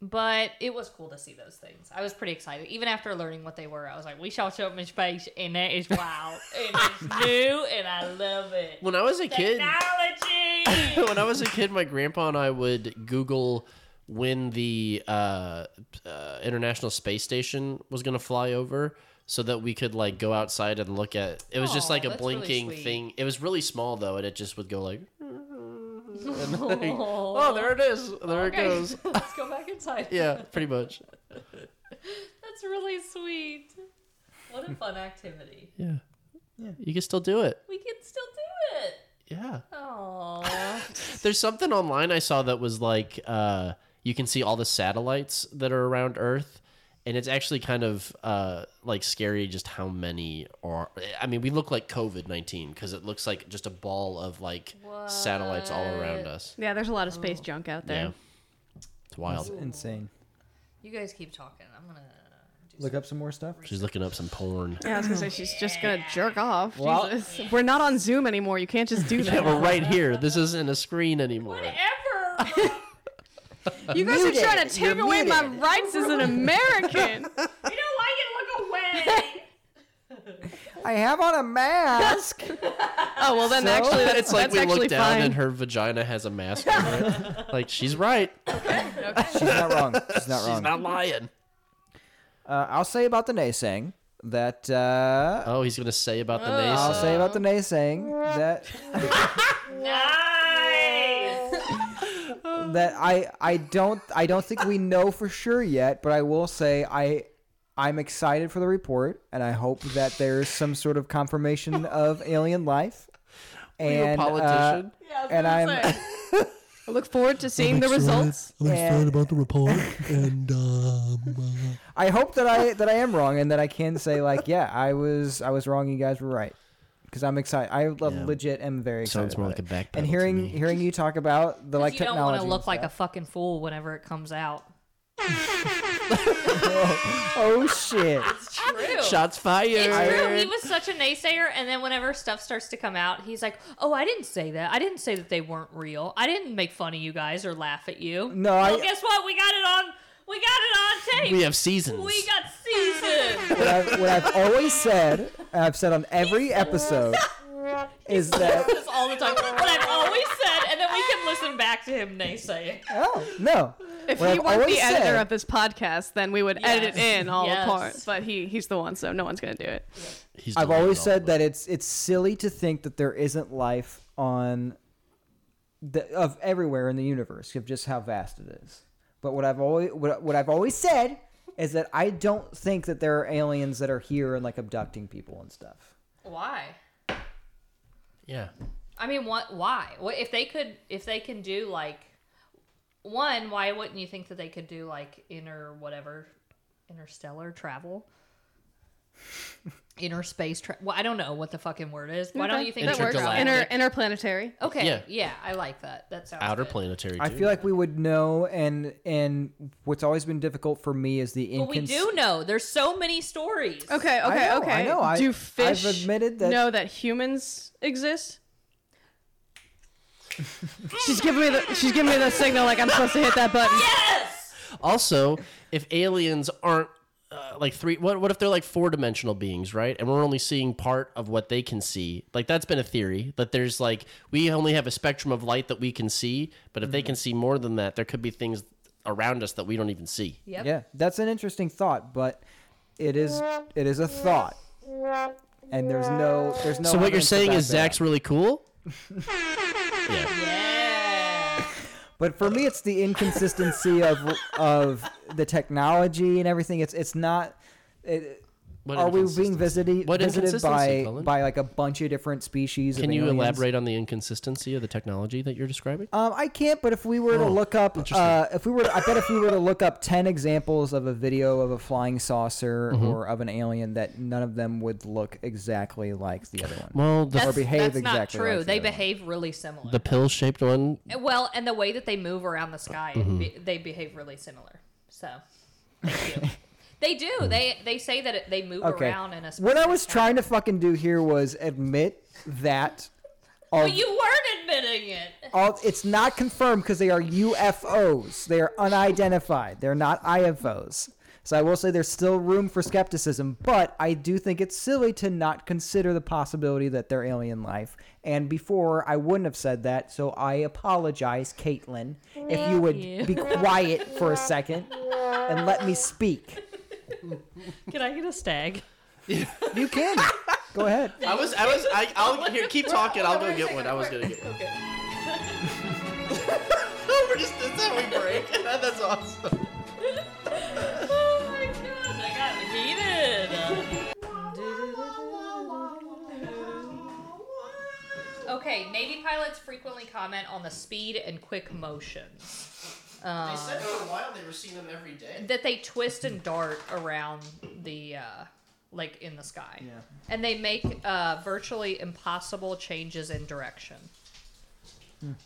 but it was cool to see those things. I was pretty excited, even after learning what they were. I was like, we shall show them in space, and that is wild, and it's new, and I love it.
When I was a kid,
Technology.
when I was a kid, my grandpa and I would Google when the uh, uh, International Space Station was going to fly over, so that we could like go outside and look at. It was just
Aw,
like a
that's really
blinking
sweet.
thing. It was really small though, and it just would go like. and, like,
Oh.
oh, there it is. There
Okay,
it goes.
Let's go back inside.
yeah, pretty much.
that's really sweet. What a fun activity.
Yeah. You can still do it.
We can still do it.
Yeah.
Aww.
There's something online I saw that was like uh, you can see all the satellites that are around Earth, and it's actually kind of uh, like scary just how many are. I mean, we look like COVID nineteen because it looks like just a ball of like satellites all around us.
Yeah, there's a lot of space junk out there.
Yeah, it's wild.
It's insane.
You guys keep talking. I'm gonna.
Look up some more stuff.
She's looking up some porn.
Yeah, I was gonna say she's just gonna jerk off.
Well-
Jesus. We're not on Zoom anymore. You can't just do that.
Yeah, we're right here. This isn't a screen anymore.
You guys are
Muted.
trying to take
You're
away my
muted.
rights as an American.
We don't want you to look away.
I have on a mask.
oh well, then actually that's,
it's like
that's
we
actually
look down
fine.
and her vagina has a mask. over it. Like she's right.
She's not wrong. She's not wrong.
She's not lying.
Uh, I'll say about the naysaying that. Uh,
oh, he's gonna say about the naysaying.
I'll say about the naysaying that that I I don't I don't think we know for sure yet, but I will say I I'm excited for the report, and I hope that there's some sort of confirmation of alien life.
you a
And, uh,
politician?
and I'm
I look forward to seeing the results.
I'm excited
And-
about the report, and um, uh,
I hope that I that I am wrong, and that I can say like, yeah, I was I was wrong. You guys were right. Because I'm excited. I le- legit am very excited.
Sounds more
about it.
like a backpedal
And
to
hearing hearing you talk about the like
you don't
technology.
want to
and
look like a
stuff.
fucking fool whenever it comes out.
oh shit.
It's true. true.
Shots fired.
It's true. He was such a naysayer, and then whenever stuff starts to come out, he's like, "Oh, I didn't say that. I didn't say that they weren't real. I didn't make fun of you guys or laugh at you."
No,
Well,
I-
guess what? We got it on. We got it on tape.
We have seasons.
We got seasons.
what, I've, what I've always said, and I've said on every episode, is that
this all the time. What I've always said, and then we can listen back to him naysaying.
Oh. no.
If
What
he
I've
weren't the
always
editor
said-
of this podcast, then we would edit
Yes.
in all
Yes.
the parts. But he he's the one, so no one's gonna do it.
I've always said that it's it's silly to think that there isn't life on the of everywhere in the universe of just how vast it is. But what I've always what, what I've always said is that I don't think that there are aliens that are here and like abducting people and stuff.
Why?
Yeah.
I mean, what? Why? What if they could? If they can do like one, why wouldn't you think that they could do like inner whatever, interstellar travel, inner space travel? Well, I don't know what the fucking word is. Why don't
Okay.
you think
that works? Inter,
Intergalactic-
interplanetary.
Okay, yeah.
Yeah.
I like that. That sounds
Outer planetary.
I
too.
feel like we would know and and what's always been difficult for me is the
But we
incons-
do know there's so many stories.
Okay, okay,
I know,
okay.
I know. I-
do
I've
fish
admitted that-
know that humans exist? she's giving me the she's giving me the signal like I'm supposed to hit that button.
Also, if aliens aren't uh, like three, what what if they're like four dimensional beings, right? And we're only seeing part of what they can see. Like that's been a theory that there's like we only have a spectrum of light that we can see, but if they
Mm-hmm.
can see more than that, there could be things around us that we don't even see.
Yep.
Yeah, that's an interesting thought, but it is it is a thought, and there's no there's no.
so what you're
evidence to
saying
back
is
that up.
Zach's really cool?
But for me, it's the inconsistency of of the technology and everything. It's it's not. It,
What
are we being
inconsistency?
visited
What
visited by
inconsistency, Colin?
by like a bunch of different species?
Can
of
you
aliens?
elaborate on the inconsistency of the technology that you're describing?
Um, I can't. But if we were
Oh,
to look up, uh, if we were, I bet if we were to look up ten examples of a video of a flying saucer
Mm-hmm.
Mhm.
or of an alien, that none of them would look exactly like the other one.
Well, the-
or
That's-
behave
that's
exactly
not true.
like the
they
other one.
behave really similar.
The pill-shaped one.
Well, and the way that they move around the sky, it
Mm-hmm.
Mhm.
be, they behave really similar. So they do. They they say that it, they move
Mm. okay.
around in a. Sp-
what I was trying to fucking do here was admit that. all-
but you weren't admitting it.
all, it's not confirmed because they are UFOs. They are unidentified. They're not IFOs. So I will say there's still room for skepticism, but I do think it's silly to not consider the possibility that they're alien life. And before I wouldn't have said that, so I apologize, Caitlin, if you would
Thank
be
you.
quiet for a second and let me speak.
Can I get a stag?
You can. Go ahead.
I was, I was, I, I'll here. Keep talking. I'll go get one. I was gonna get one. We're just that's how we break. that's awesome.
oh my god! I got heated. Okay, Navy pilots frequently comment on the speed and quick motion.
They said
Um,
for a while they were seeing them every day.
that they twist and dart around the uh, like in the sky,
Yeah.
and they make uh, virtually impossible changes in direction.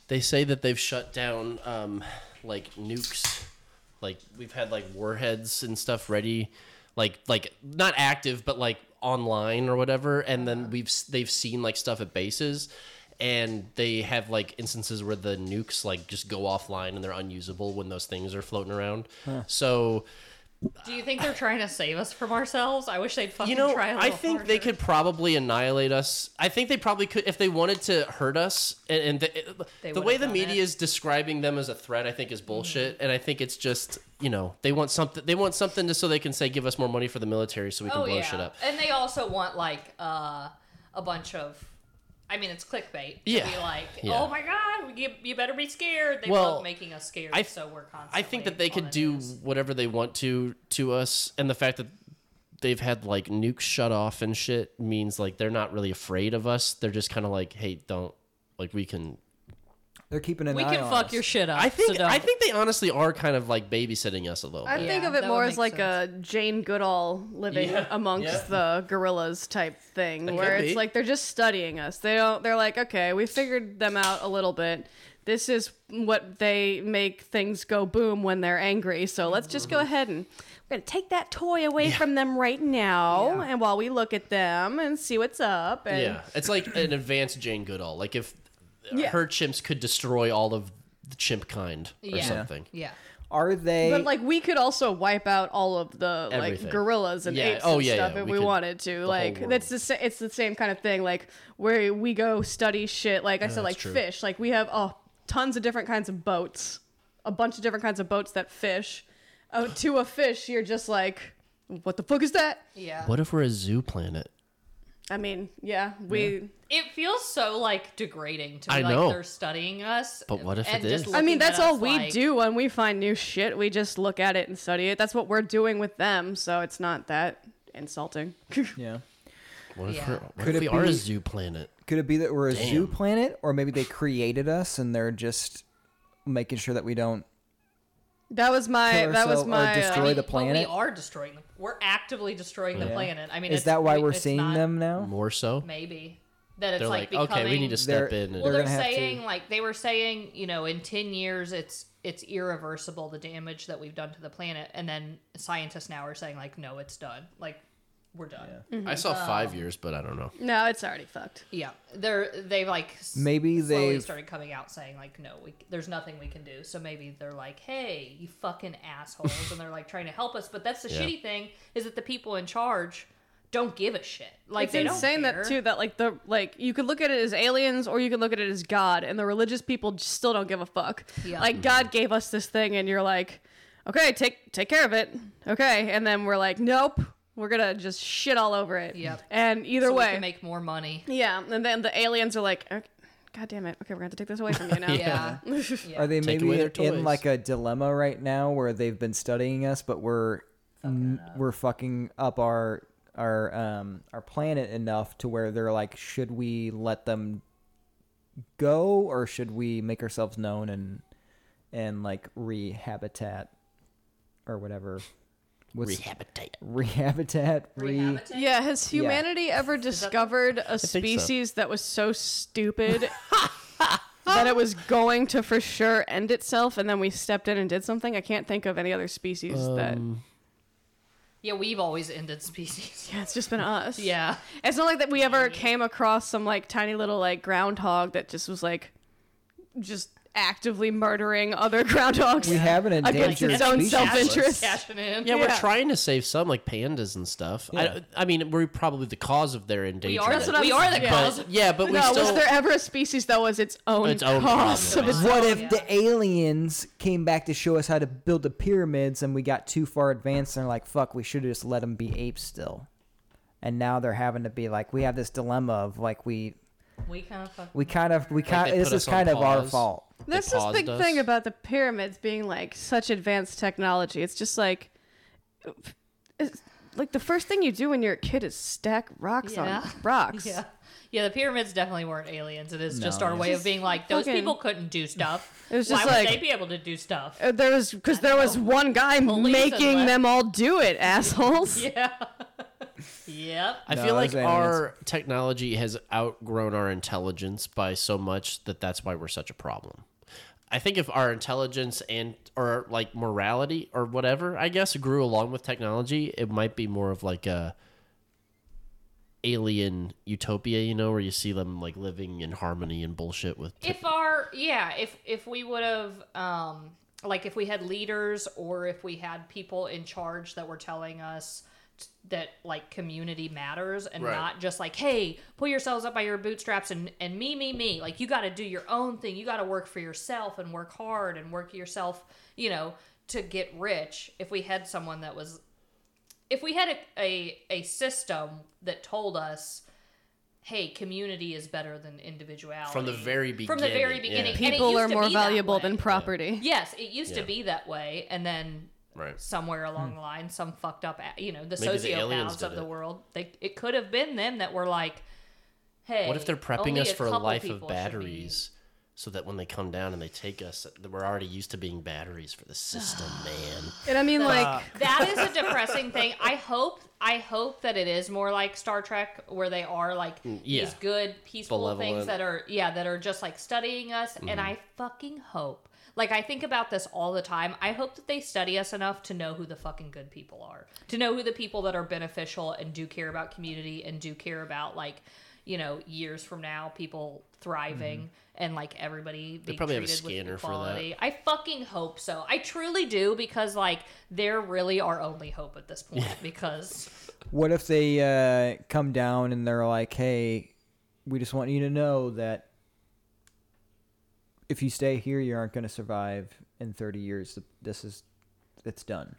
They say that they've shut down um, like nukes. Like we've had like warheads and stuff ready, like like not active but like online or whatever. And then we've s- they've seen like stuff at bases, and they have like instances where the nukes like just go offline and they're unusable when those things are floating around.
Huh.
So
Do you think they're trying to save us from ourselves? I wish they'd fucking
you know,
try. a
I
little
think they could probably annihilate us. I think they probably could if they wanted to hurt us. And, and the,
They
the
would've
way the
done Mm-hmm.
media is describing them as a threat, I think, is bullshit. And I think it's just you know they want something. They want something just so they can say give us more money for the military so we
Oh,
can blow shit up.
And they also want like uh, a bunch of. I mean, it's clickbait. to
Yeah.
Be like,
Yeah.
oh my god, you, you better be scared. They
Well,
love making us scared,
I-
so we're constantly.
I think that they could do whatever they want to to us, and the fact that they've had like nukes shut off and shit means like they're not really afraid of us. They're just kind of like, hey, don't like we can
They're keeping an
We
eye
can
on
fuck
us.
your shit up.
I think
so don't.
I think they honestly are kind of like babysitting us a little.
I
bit.
think of it more as like a Jane Goodall living
Yeah,
amongst
yeah.
the gorillas type thing,
That
where
could
it's
be.
like they're just studying us. They don't. They're like, okay, we figured them out a little bit. this is what they make things go boom when they're angry. So let's just
Mm-hmm.
go ahead and we're going to take that toy away from them right now. And while we look at them and see what's up. And
yeah, it's like an advanced Jane Goodall. Like if
Yeah.
her chimps could destroy all of the chimp kind or
Yeah.
something.
Yeah.
Are they?
But like we could also wipe out all of the
Everything.
like gorillas and
Yeah.
apes
Oh,
and
yeah,
stuff
yeah.
if
We
we,
could-
wanted to. Like
world.
that's the sa- it's the same kind of thing. Like where we go study shit. Like I
Yeah,
said,
that's
like
true.
fish. Like we have oh tons of different kinds of boats, a bunch of different kinds of boats that fish. Oh, to a fish, you're just like, what the fuck is that?
Yeah.
What if we're a zoo planet?
I mean, yeah, we.
It feels so like degrading to
I
be like
know.
they're studying us.
But what if
and
it
just
is?
I mean,
looking
that's
at
all
us
we
like-
do when we find new shit. We just look at it and study it. That's what we're doing with them, so it's not that insulting.
yeah.
What if,
Yeah.
we're, what
Could it
if we are a
be-
zoo planet?
Could it be that we're a
Damn.
zoo planet, or maybe they created us and they're just making sure that we don't?
That was my.
Kill
That was
herself or
my. uh,
destroy the
But we
planet?
are destroying them. We're actively destroying the
Yeah.
planet. I mean,
is
it's-
that why
we-
we're
it's
seeing
not-
them now?
More so.
Maybe that it's
They're
like,
like, okay,
becoming.
we need to step
They're-
in and-
Well, they're,
gonna have to-
saying like they were saying, you know, in ten years it's it's irreversible the damage that we've done to the planet, and then scientists now are saying like, no, it's done. Like we're done.
I saw
Um,
five years, but I don't know.
No, it's already fucked.
Yeah, they're they like s-
Maybe
slowly
they've-
started coming out saying like, no, we, there's nothing we can do. So maybe they're like, hey, you fucking assholes, and they're like trying to help us. But that's the
Yeah.
shitty thing is that the people in charge don't give a shit. Like
it's
they
insane
don't
that too. That like the like you could look at it as aliens or you could look at it as God, and the religious people j- still don't give a fuck.
Yeah.
Like God gave us this thing, and you're like, okay, take take care of it, okay, and then we're like, nope, we're gonna just shit all over it.
Yep.
And either
So we
way,
can make more money.
yeah, and then the aliens are like, okay, God damn it, okay, we're gonna have to take this away from you now.
Yeah. Mhm.
Are they
Take
maybe
away
in,
their toys.
like a dilemma right now where they've been studying us, but we're n- we're fucking up our our um our planet enough to where they're like, should we let them go or should we make ourselves known and and like rehabitat or whatever?
rehabitat.
Rehabitat. Re-
Yeah, has humanity ever discovered a
so.
species that was so stupid that it was going to for sure end itself and then we stepped in and did something? I can't think of any other species that
Yeah, we've always ended species.
Yeah, it's just been us.
Yeah.
It's not like that we ever came across some like tiny little like groundhog that just was like just actively murdering other groundhogs.
We have an
against
endangered
its own
species
self
list.
interest.
Cashing in.
Yeah, we're trying to save some, like pandas and stuff.
Yeah.
I, I mean, we're probably the cause of their endangerment.
That's what I'm saying.
But, yeah, but we
no,
still.
was there ever a species that was its own
Its own
cause
problem,
of its
What if the aliens came back to show us how to build the pyramids and we got too far advanced and they're like, fuck, we should have just let them be apes still. And now they're having to be like, we have this dilemma of like we
We kind of fuck.
we kind of we
Like,
kind
they
this
put
is
us on
kind of our
pause.
fault.
That's this big thing about the pyramids being like such advanced technology. It's just like, it's, like the first thing you do when you're a kid is stack rocks
Yeah.
on rocks.
Yeah. Yeah, the pyramids definitely weren't aliens. It is
No,
just our
yeah.
way of
Just
being like those
fucking-
people couldn't do stuff.
It was
Why
just
would
like-
they be able to do stuff?
Uh, There was because there was one guy making them all do it, assholes.
yeah. yep.
I feel like our technology has outgrown our intelligence by so much that that's why we're such a problem. I think if our intelligence and or like morality or whatever, I guess, grew along with technology, it might be more of like a alien utopia, you know, where you see them like living in harmony and bullshit with
if our yeah if if we would have um like if we had leaders or if we had people in charge that were telling us t- that like community matters and
Right.
not just like hey pull yourselves up by your bootstraps and and me me me like you got to do your own thing you got to work for yourself and work hard and work yourself you know to get rich if we had someone that was if we had a, a, a system that told us hey community is better than individuality
from the very beginning.
from the very beginning and it
People
used
are
to
more
be that
valuable than
way.
property.
yes it used
Yeah.
to be that way and then
Right.
somewhere along the line some fucked up a- you know the
Maybe the aliens
sociopaths
did
of the
it.
world they it could have been them that were like hey
What if they're prepping
only
us
a
for a
couple
life of
people should be-
batteries so that when they come down and they take us, that we're already used to being batteries for the system, man.
And I mean, like,
that is a depressing thing. I hope I hope that it is more like Star Trek where they are like
Mm, yeah.
these good peaceful things
Malevolent.
that are yeah, that are just like studying us and
Mhm.
I fucking hope. Like I think about this all the time. I hope that they study us enough to know who the fucking good people are. To know who the people that are beneficial and do care about community and do care about like you know, years from now, people thriving
Mhm.
and like everybody being
probably have a
treated
scanner
with
for that.
equality. I fucking hope so. I truly do because like they're really our only hope at this point because
What if they uh, come down and they're like, "Hey, we just want you to know that if you stay here, you aren't going to survive in 30 years. This is it's done.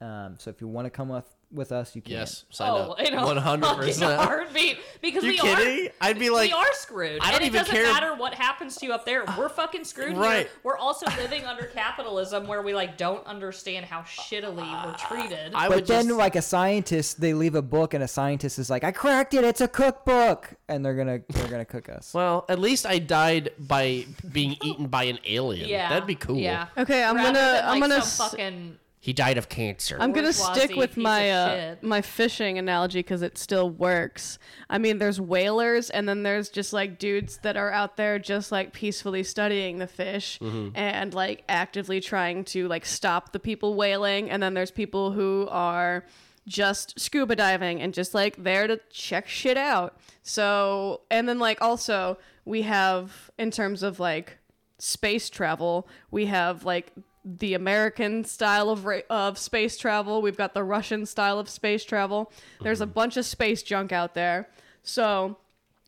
Um, so if you want to come with with us, you can."
Yes, sign up. One hundred
Oh, fucking
percent.
heartbeat because
You
we
kidding?
are.
I'd be like,
we are screwed.
I don't
and it
even
doesn't
care-
matter what happens to you up there. We're fucking screwed.
Right.
Here. We're also living under capitalism where we like don't understand how shittily
Uh,
we're treated.
but then, like a scientist, they leave a book, and a scientist is like, "I cracked it. It's a cookbook," and they're gonna they're gonna cook us.
Well, at least I died by being eaten by an alien.
Yeah.
That'd be cool.
Yeah.
Okay, I'm
Rather
gonna-
than,
I'm
like,
gonna
some
s-
fucking
He died of cancer.
I'm gonna stick
bourgeoisie
with
piece
my
of
uh,
shit.
my fishing analogy because it still works. I mean, there's whalers, and then there's just like dudes that are out there just like peacefully studying the fish
Mhm.
and like actively trying to like stop the people whaling, and then there's people who are just scuba diving and just like there to check shit out. So, and then like also we have in terms of like space travel. We have like the American style of ra- of space travel. We've got the Russian style of space travel. There's a bunch of space junk out there. So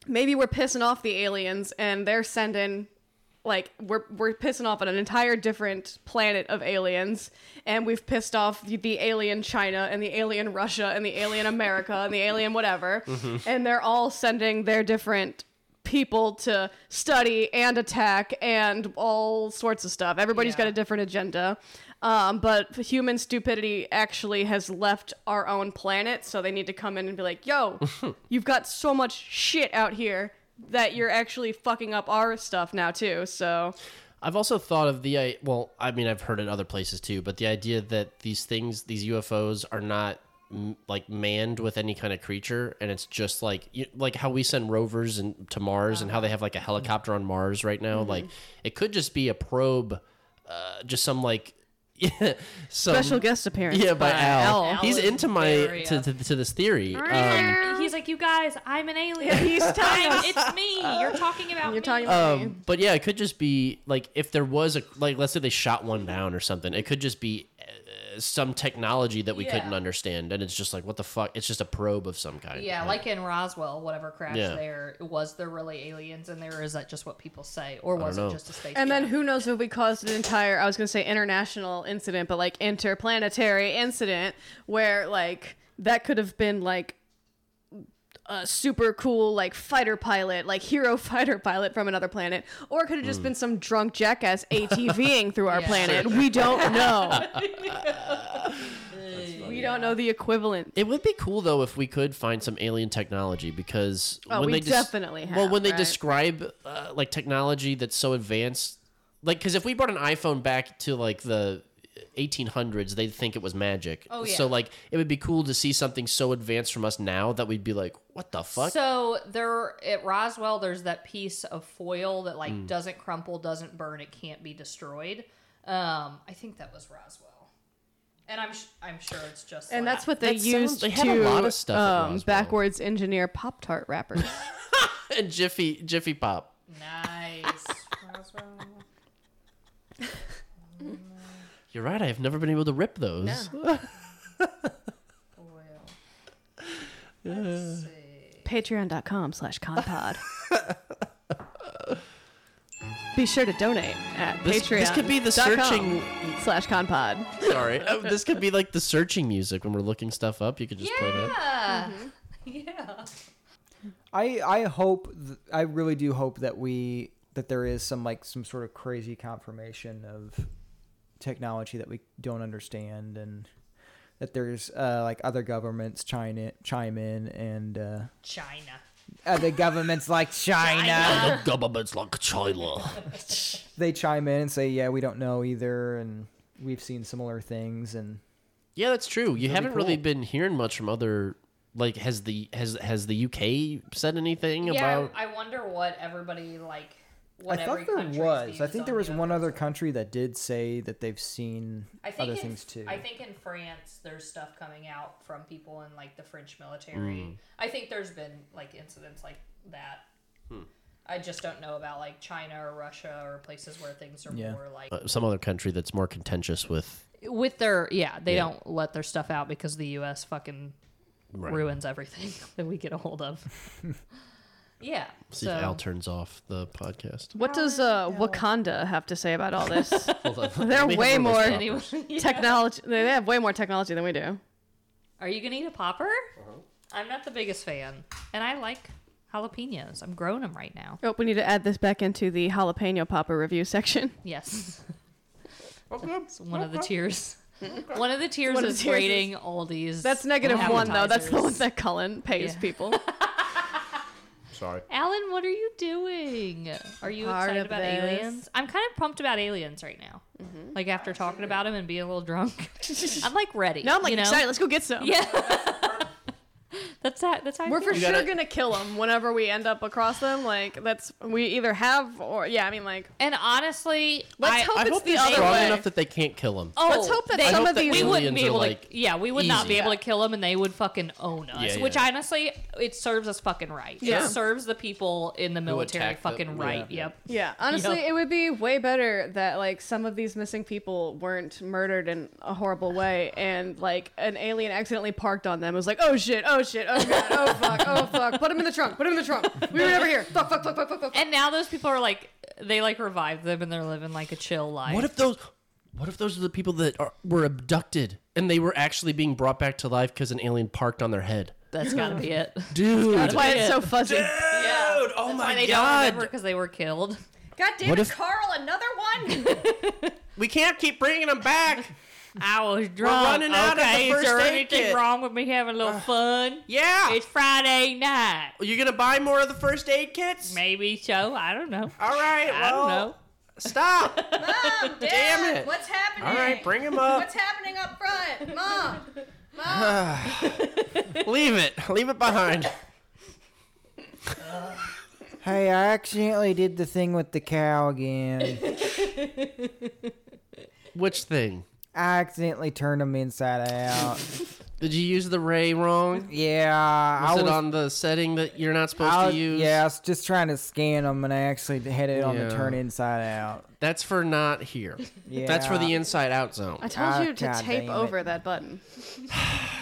maybe we're pissing off the aliens and they're sending like we're we're pissing off an entire different planet of aliens and we've pissed off the, the alien China and the alien Russia and the alien America and the alien whatever
Mhm.
and they're all sending their different people to study and attack and all sorts of stuff. Everybody's got a different agenda. Um, but human stupidity actually has left our own planet, so they need to come in and be like, yo, you've got so much shit out here that you're actually fucking up our stuff now, too. So,
I've also thought of the I well, I mean, I've heard it other places too, but the idea that these things, these UFOs, are not m- like manned with any kind of creature, and it's just like you, like how we send rovers and to Mars, and how they have
Oh.
like a helicopter on Mars right now.
Mhm.
Mm-hmm.
Like it could just be a probe, uh, just some like. some,
Special guest appearance
Um, yeah, by,
by
Al.
Al. Al
He's
is
into my
very
to,
up.
to, to this theory. Um,
And he's like, you guys, I'm an alien.
He's telling
I'm-
us.
It's me. You're talking about
you're
me.
talking about me.
Um, but yeah, it could just be like if there was a like let's say they shot one down or something. It could just be uh, some technology that we
Yeah.
couldn't understand, and it's just like what the fuck? It's just a probe of some kind.
Yeah, like in Roswell, whatever crash
Yeah.
there was there really aliens in there? Or is that just what people say, or
I don't
was it
know.
just a space?
And then who knows if we caused an entire, I was going to say international incident, but like interplanetary incident where like that could have been like a super cool like fighter pilot, like hero fighter pilot from another planet, or it could have just
Hmm.
Mm.
been some drunk jackass ATVing through our
Yeah.
planet.
Sure.
We don't know.
funny.
we don't know the equivalent.
It would be cool though if we could find some alien technology because
Oh,
when
we
they des-
definitely
well
have,
when they
right?
describe uh, like technology that's so advanced, like because if we brought an iPhone back to like the 1800s, they'd think it was magic.
Oh, yeah.
So like it would be cool to see something so advanced from us now that we'd be like, what the fuck?
So there at Roswell, there's that piece of foil that like
Mm.
doesn't crumple, doesn't burn, it can't be destroyed. Um, I think that was Roswell, and I'm sh- I'm sure it's just
And
like-
that's what they
That sounds-
used
they
to
had a lot of stuff at
um,
Roswell.
backwards engineer Pop Tart wrappers.
and Jiffy Jiffy Pop.
Nice. Roswell.
You're right. I have never been able to rip those.
Patreon.com slash conpod. Be sure to donate at
This-
Patreon.
this could be the searching-
slash conpod.
Sorry. Oh, this could be like the searching music when we're looking stuff up. You could just play that.
Yeah.
Mm-hmm.
Yeah.
I I hope th- I really do hope that we that there is some like some sort of crazy confirmation of technology that we don't understand and that there's uh, like other governments chime in, chime in and uh,
China.
Uh, the government's like China.
The government's like China.
they chime in and say, "Yeah, we don't know either, and we've seen similar things." And
Yeah, that's true. You
Really
haven't really
cool.
been hearing much from other. Like, has the has has the UK said anything
yeah,
about?
I I wonder what everybody like. What
I
every
thought there
country's
was.
views
I think
on
there was
the
one other country that did say that they've seen
I think
other
in,
things too.
I think in France there's stuff coming out from people in like the French military.
Mm.
I think there's been like incidents like that.
Hmm.
I just don't know about like China or Russia or places where things are
Yeah.
more like
Uh, some other country that's more contentious with.
with their yeah they
Yeah.
don't let their stuff out because the U.S. fucking
Right.
ruins everything that we get a hold of. yeah.
See
so
if Al turns off the podcast.
What does uh, Wakanda have to say about all this?
Hold on.
They're
Let me
way
handle
more
this
properly. Yeah.
technology. They have way more technology than we do.
Are you gonna eat a popper?
Uh-huh.
I'm not the biggest fan, and I like jalapenos. I'm growing them right now.
Oh, we need to add this back into the jalapeno popper review section.
Yes. It's one of the tiers. One of the tiers
One of
is
the tiers
rating
is-
Aldi's.
That's negative one though. That's the one
appetizers.
that Cullen pays
Yeah.
people.
Sorry.
Alan, what are you doing? Are you
Part
excited
of
about
this.
aliens? I'm kind of pumped about aliens right now. Like after talking about them and being a little drunk, I'm like ready.
No, I'm like
you know?
excited. Let's go get some.
Yeah. that's that. That's how I
We're
feel.
for sure gonna kill them whenever we end up across them. Like that's we either have or yeah. I mean like.
And honestly,
let's
I-
hope
I
it's
hope
the
these
other
Strong
way.
enough that they can't kill him.
Oh,
Let's hope that
they-
some of these
we wouldn't
aliens
be
are,
able
like,
to. Yeah, we would not be
easy.
able to kill them, and they would fucking own us.
Yeah,
Which
yeah.
honestly, it serves us fucking right.
Yeah.
It serves the people in the military
attacked
fucking
them, yeah.
right. Yep.
Yeah, honestly,
Yep.
it would be way better that like some of these missing people weren't murdered in a horrible way, and like an alien accidentally parked on them. It was like, oh shit, oh shit, oh god, oh fuck, oh fuck, put him in the trunk, put him in the trunk. We were never here. Fuck, fuck, fuck, fuck, fuck, fuck.
And now those people are like, they like revive them, and they're living like a chill life.
What if those? What if those are the people that are, were abducted and they were actually being brought back to life because an alien parked on their head?
That's gotta be it.
Dude,
That's why it's so fuzzy.
Dude,
oh
That's why they
God.
don't remember because they were killed.
God
damn What it, if-
Carl, another one.
we can't keep bringing them back.
I was drunk.
running out of
okay,
the
is there
first aid
anything
kit. Ah.
wrong with me having a little fun?
Yeah.
It's Friday night.
Are you gonna buy more of the first aid kits?
Maybe so. I don't know.
All right.
I don't know.
Stop.
Mom,
Damn it. what's
happening?
All right, bring him up.
happening up front, Mom?
Leave it. Leave it behind.
hey, I accidentally did the thing with the cow again.
Which thing?
I accidentally turned him inside out.
Did you use the ray wrong?
Yeah,
Was
I
it
was.
on the setting that you're not supposed
I was-
to use?
yeah, I was just trying to scan him, and I actually had it on the
Yeah.
turn inside out.
That's for not here. That's for the
Yeah.
inside out zone.
I told
Ah,
you to
God
tape
damn it.
over that button.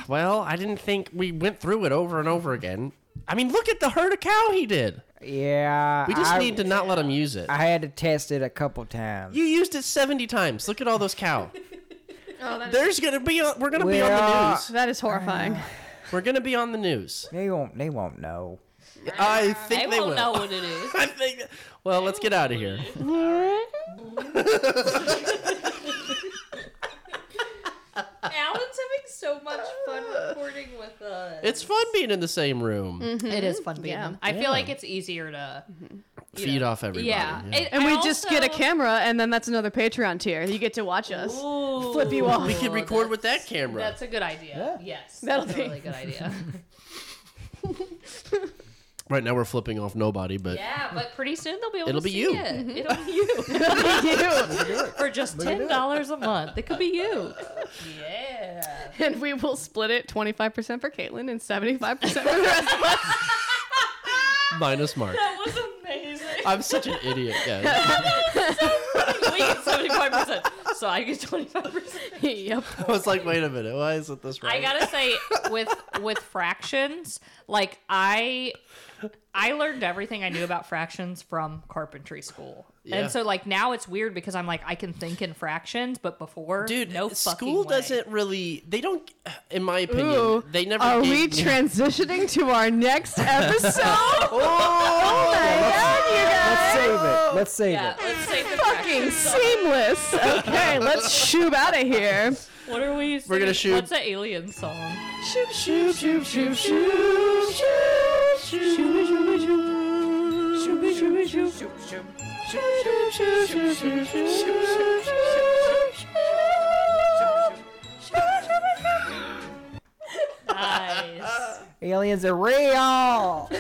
Well, I didn't think we went through it over and over again. I mean, look at the herd of cow he did.
Yeah,
We just
I,
need to not let him use it.
I had to test it a couple times.
you used it 70 times. Look at all those cow.
Oh, that
There's going to be on, we're going to be on the
Well,
news.
that is horrifying.
We're going to be on the news.
They won't. They won't know.
I think
They
they,
won't
will.
know what it is.
I think Well, let's get out of here.
Alan's having so much fun recording with us.
It's fun being in the same room.
It is fun being.
Yeah.
Mm-hmm. I
Yeah.
feel like it's easier to
Feed off everybody.
Yeah. It-
And
I
we just get a
also-
camera, and then that's another Patreon tier. You get to watch us flip you
Ooh,
off.
we could record with that camera.
Oh, That's a good idea. Yes,
That'll
that's
be-
a really good idea.
right now we're flipping off nobody, but
yeah, but pretty soon they'll be able
It'll
to
be
see
you.
it. It'll be you. Mm-hmm. For just ten dollars a month, it could be you. Yeah.
and we will split it 25% for Caitlin and 75% for the rest of us.
minus Mark.
That was amazing.
I'm such an idiot, guys.
we get seventy five percent, so I get twenty five percent.
yep.
I was like, wait a minute, why is it this right?
I gotta say, with with fractions, like I I learned everything I knew about fractions from carpentry school.
Yeah.
And so like now it's weird because I'm like I can think in fractions, but before
Dude,
no fucking
school
way.
doesn't really. They don't, in my opinion,
Ooh,
they never.
Are
gave
we
me-
transitioning to our next episode? oh my god, you guys!
Let's save
Oh,
it. Let's save
Yeah,
it.
let's say the
Fucking
fractions.
seamless. Okay, let's shoot out of here.
What are we?
We're
singing?
gonna shoot-
What's the alien song?
Shoot, shoot, shoot, shoot, shoot, shoot,
Nice.
Aliens are real.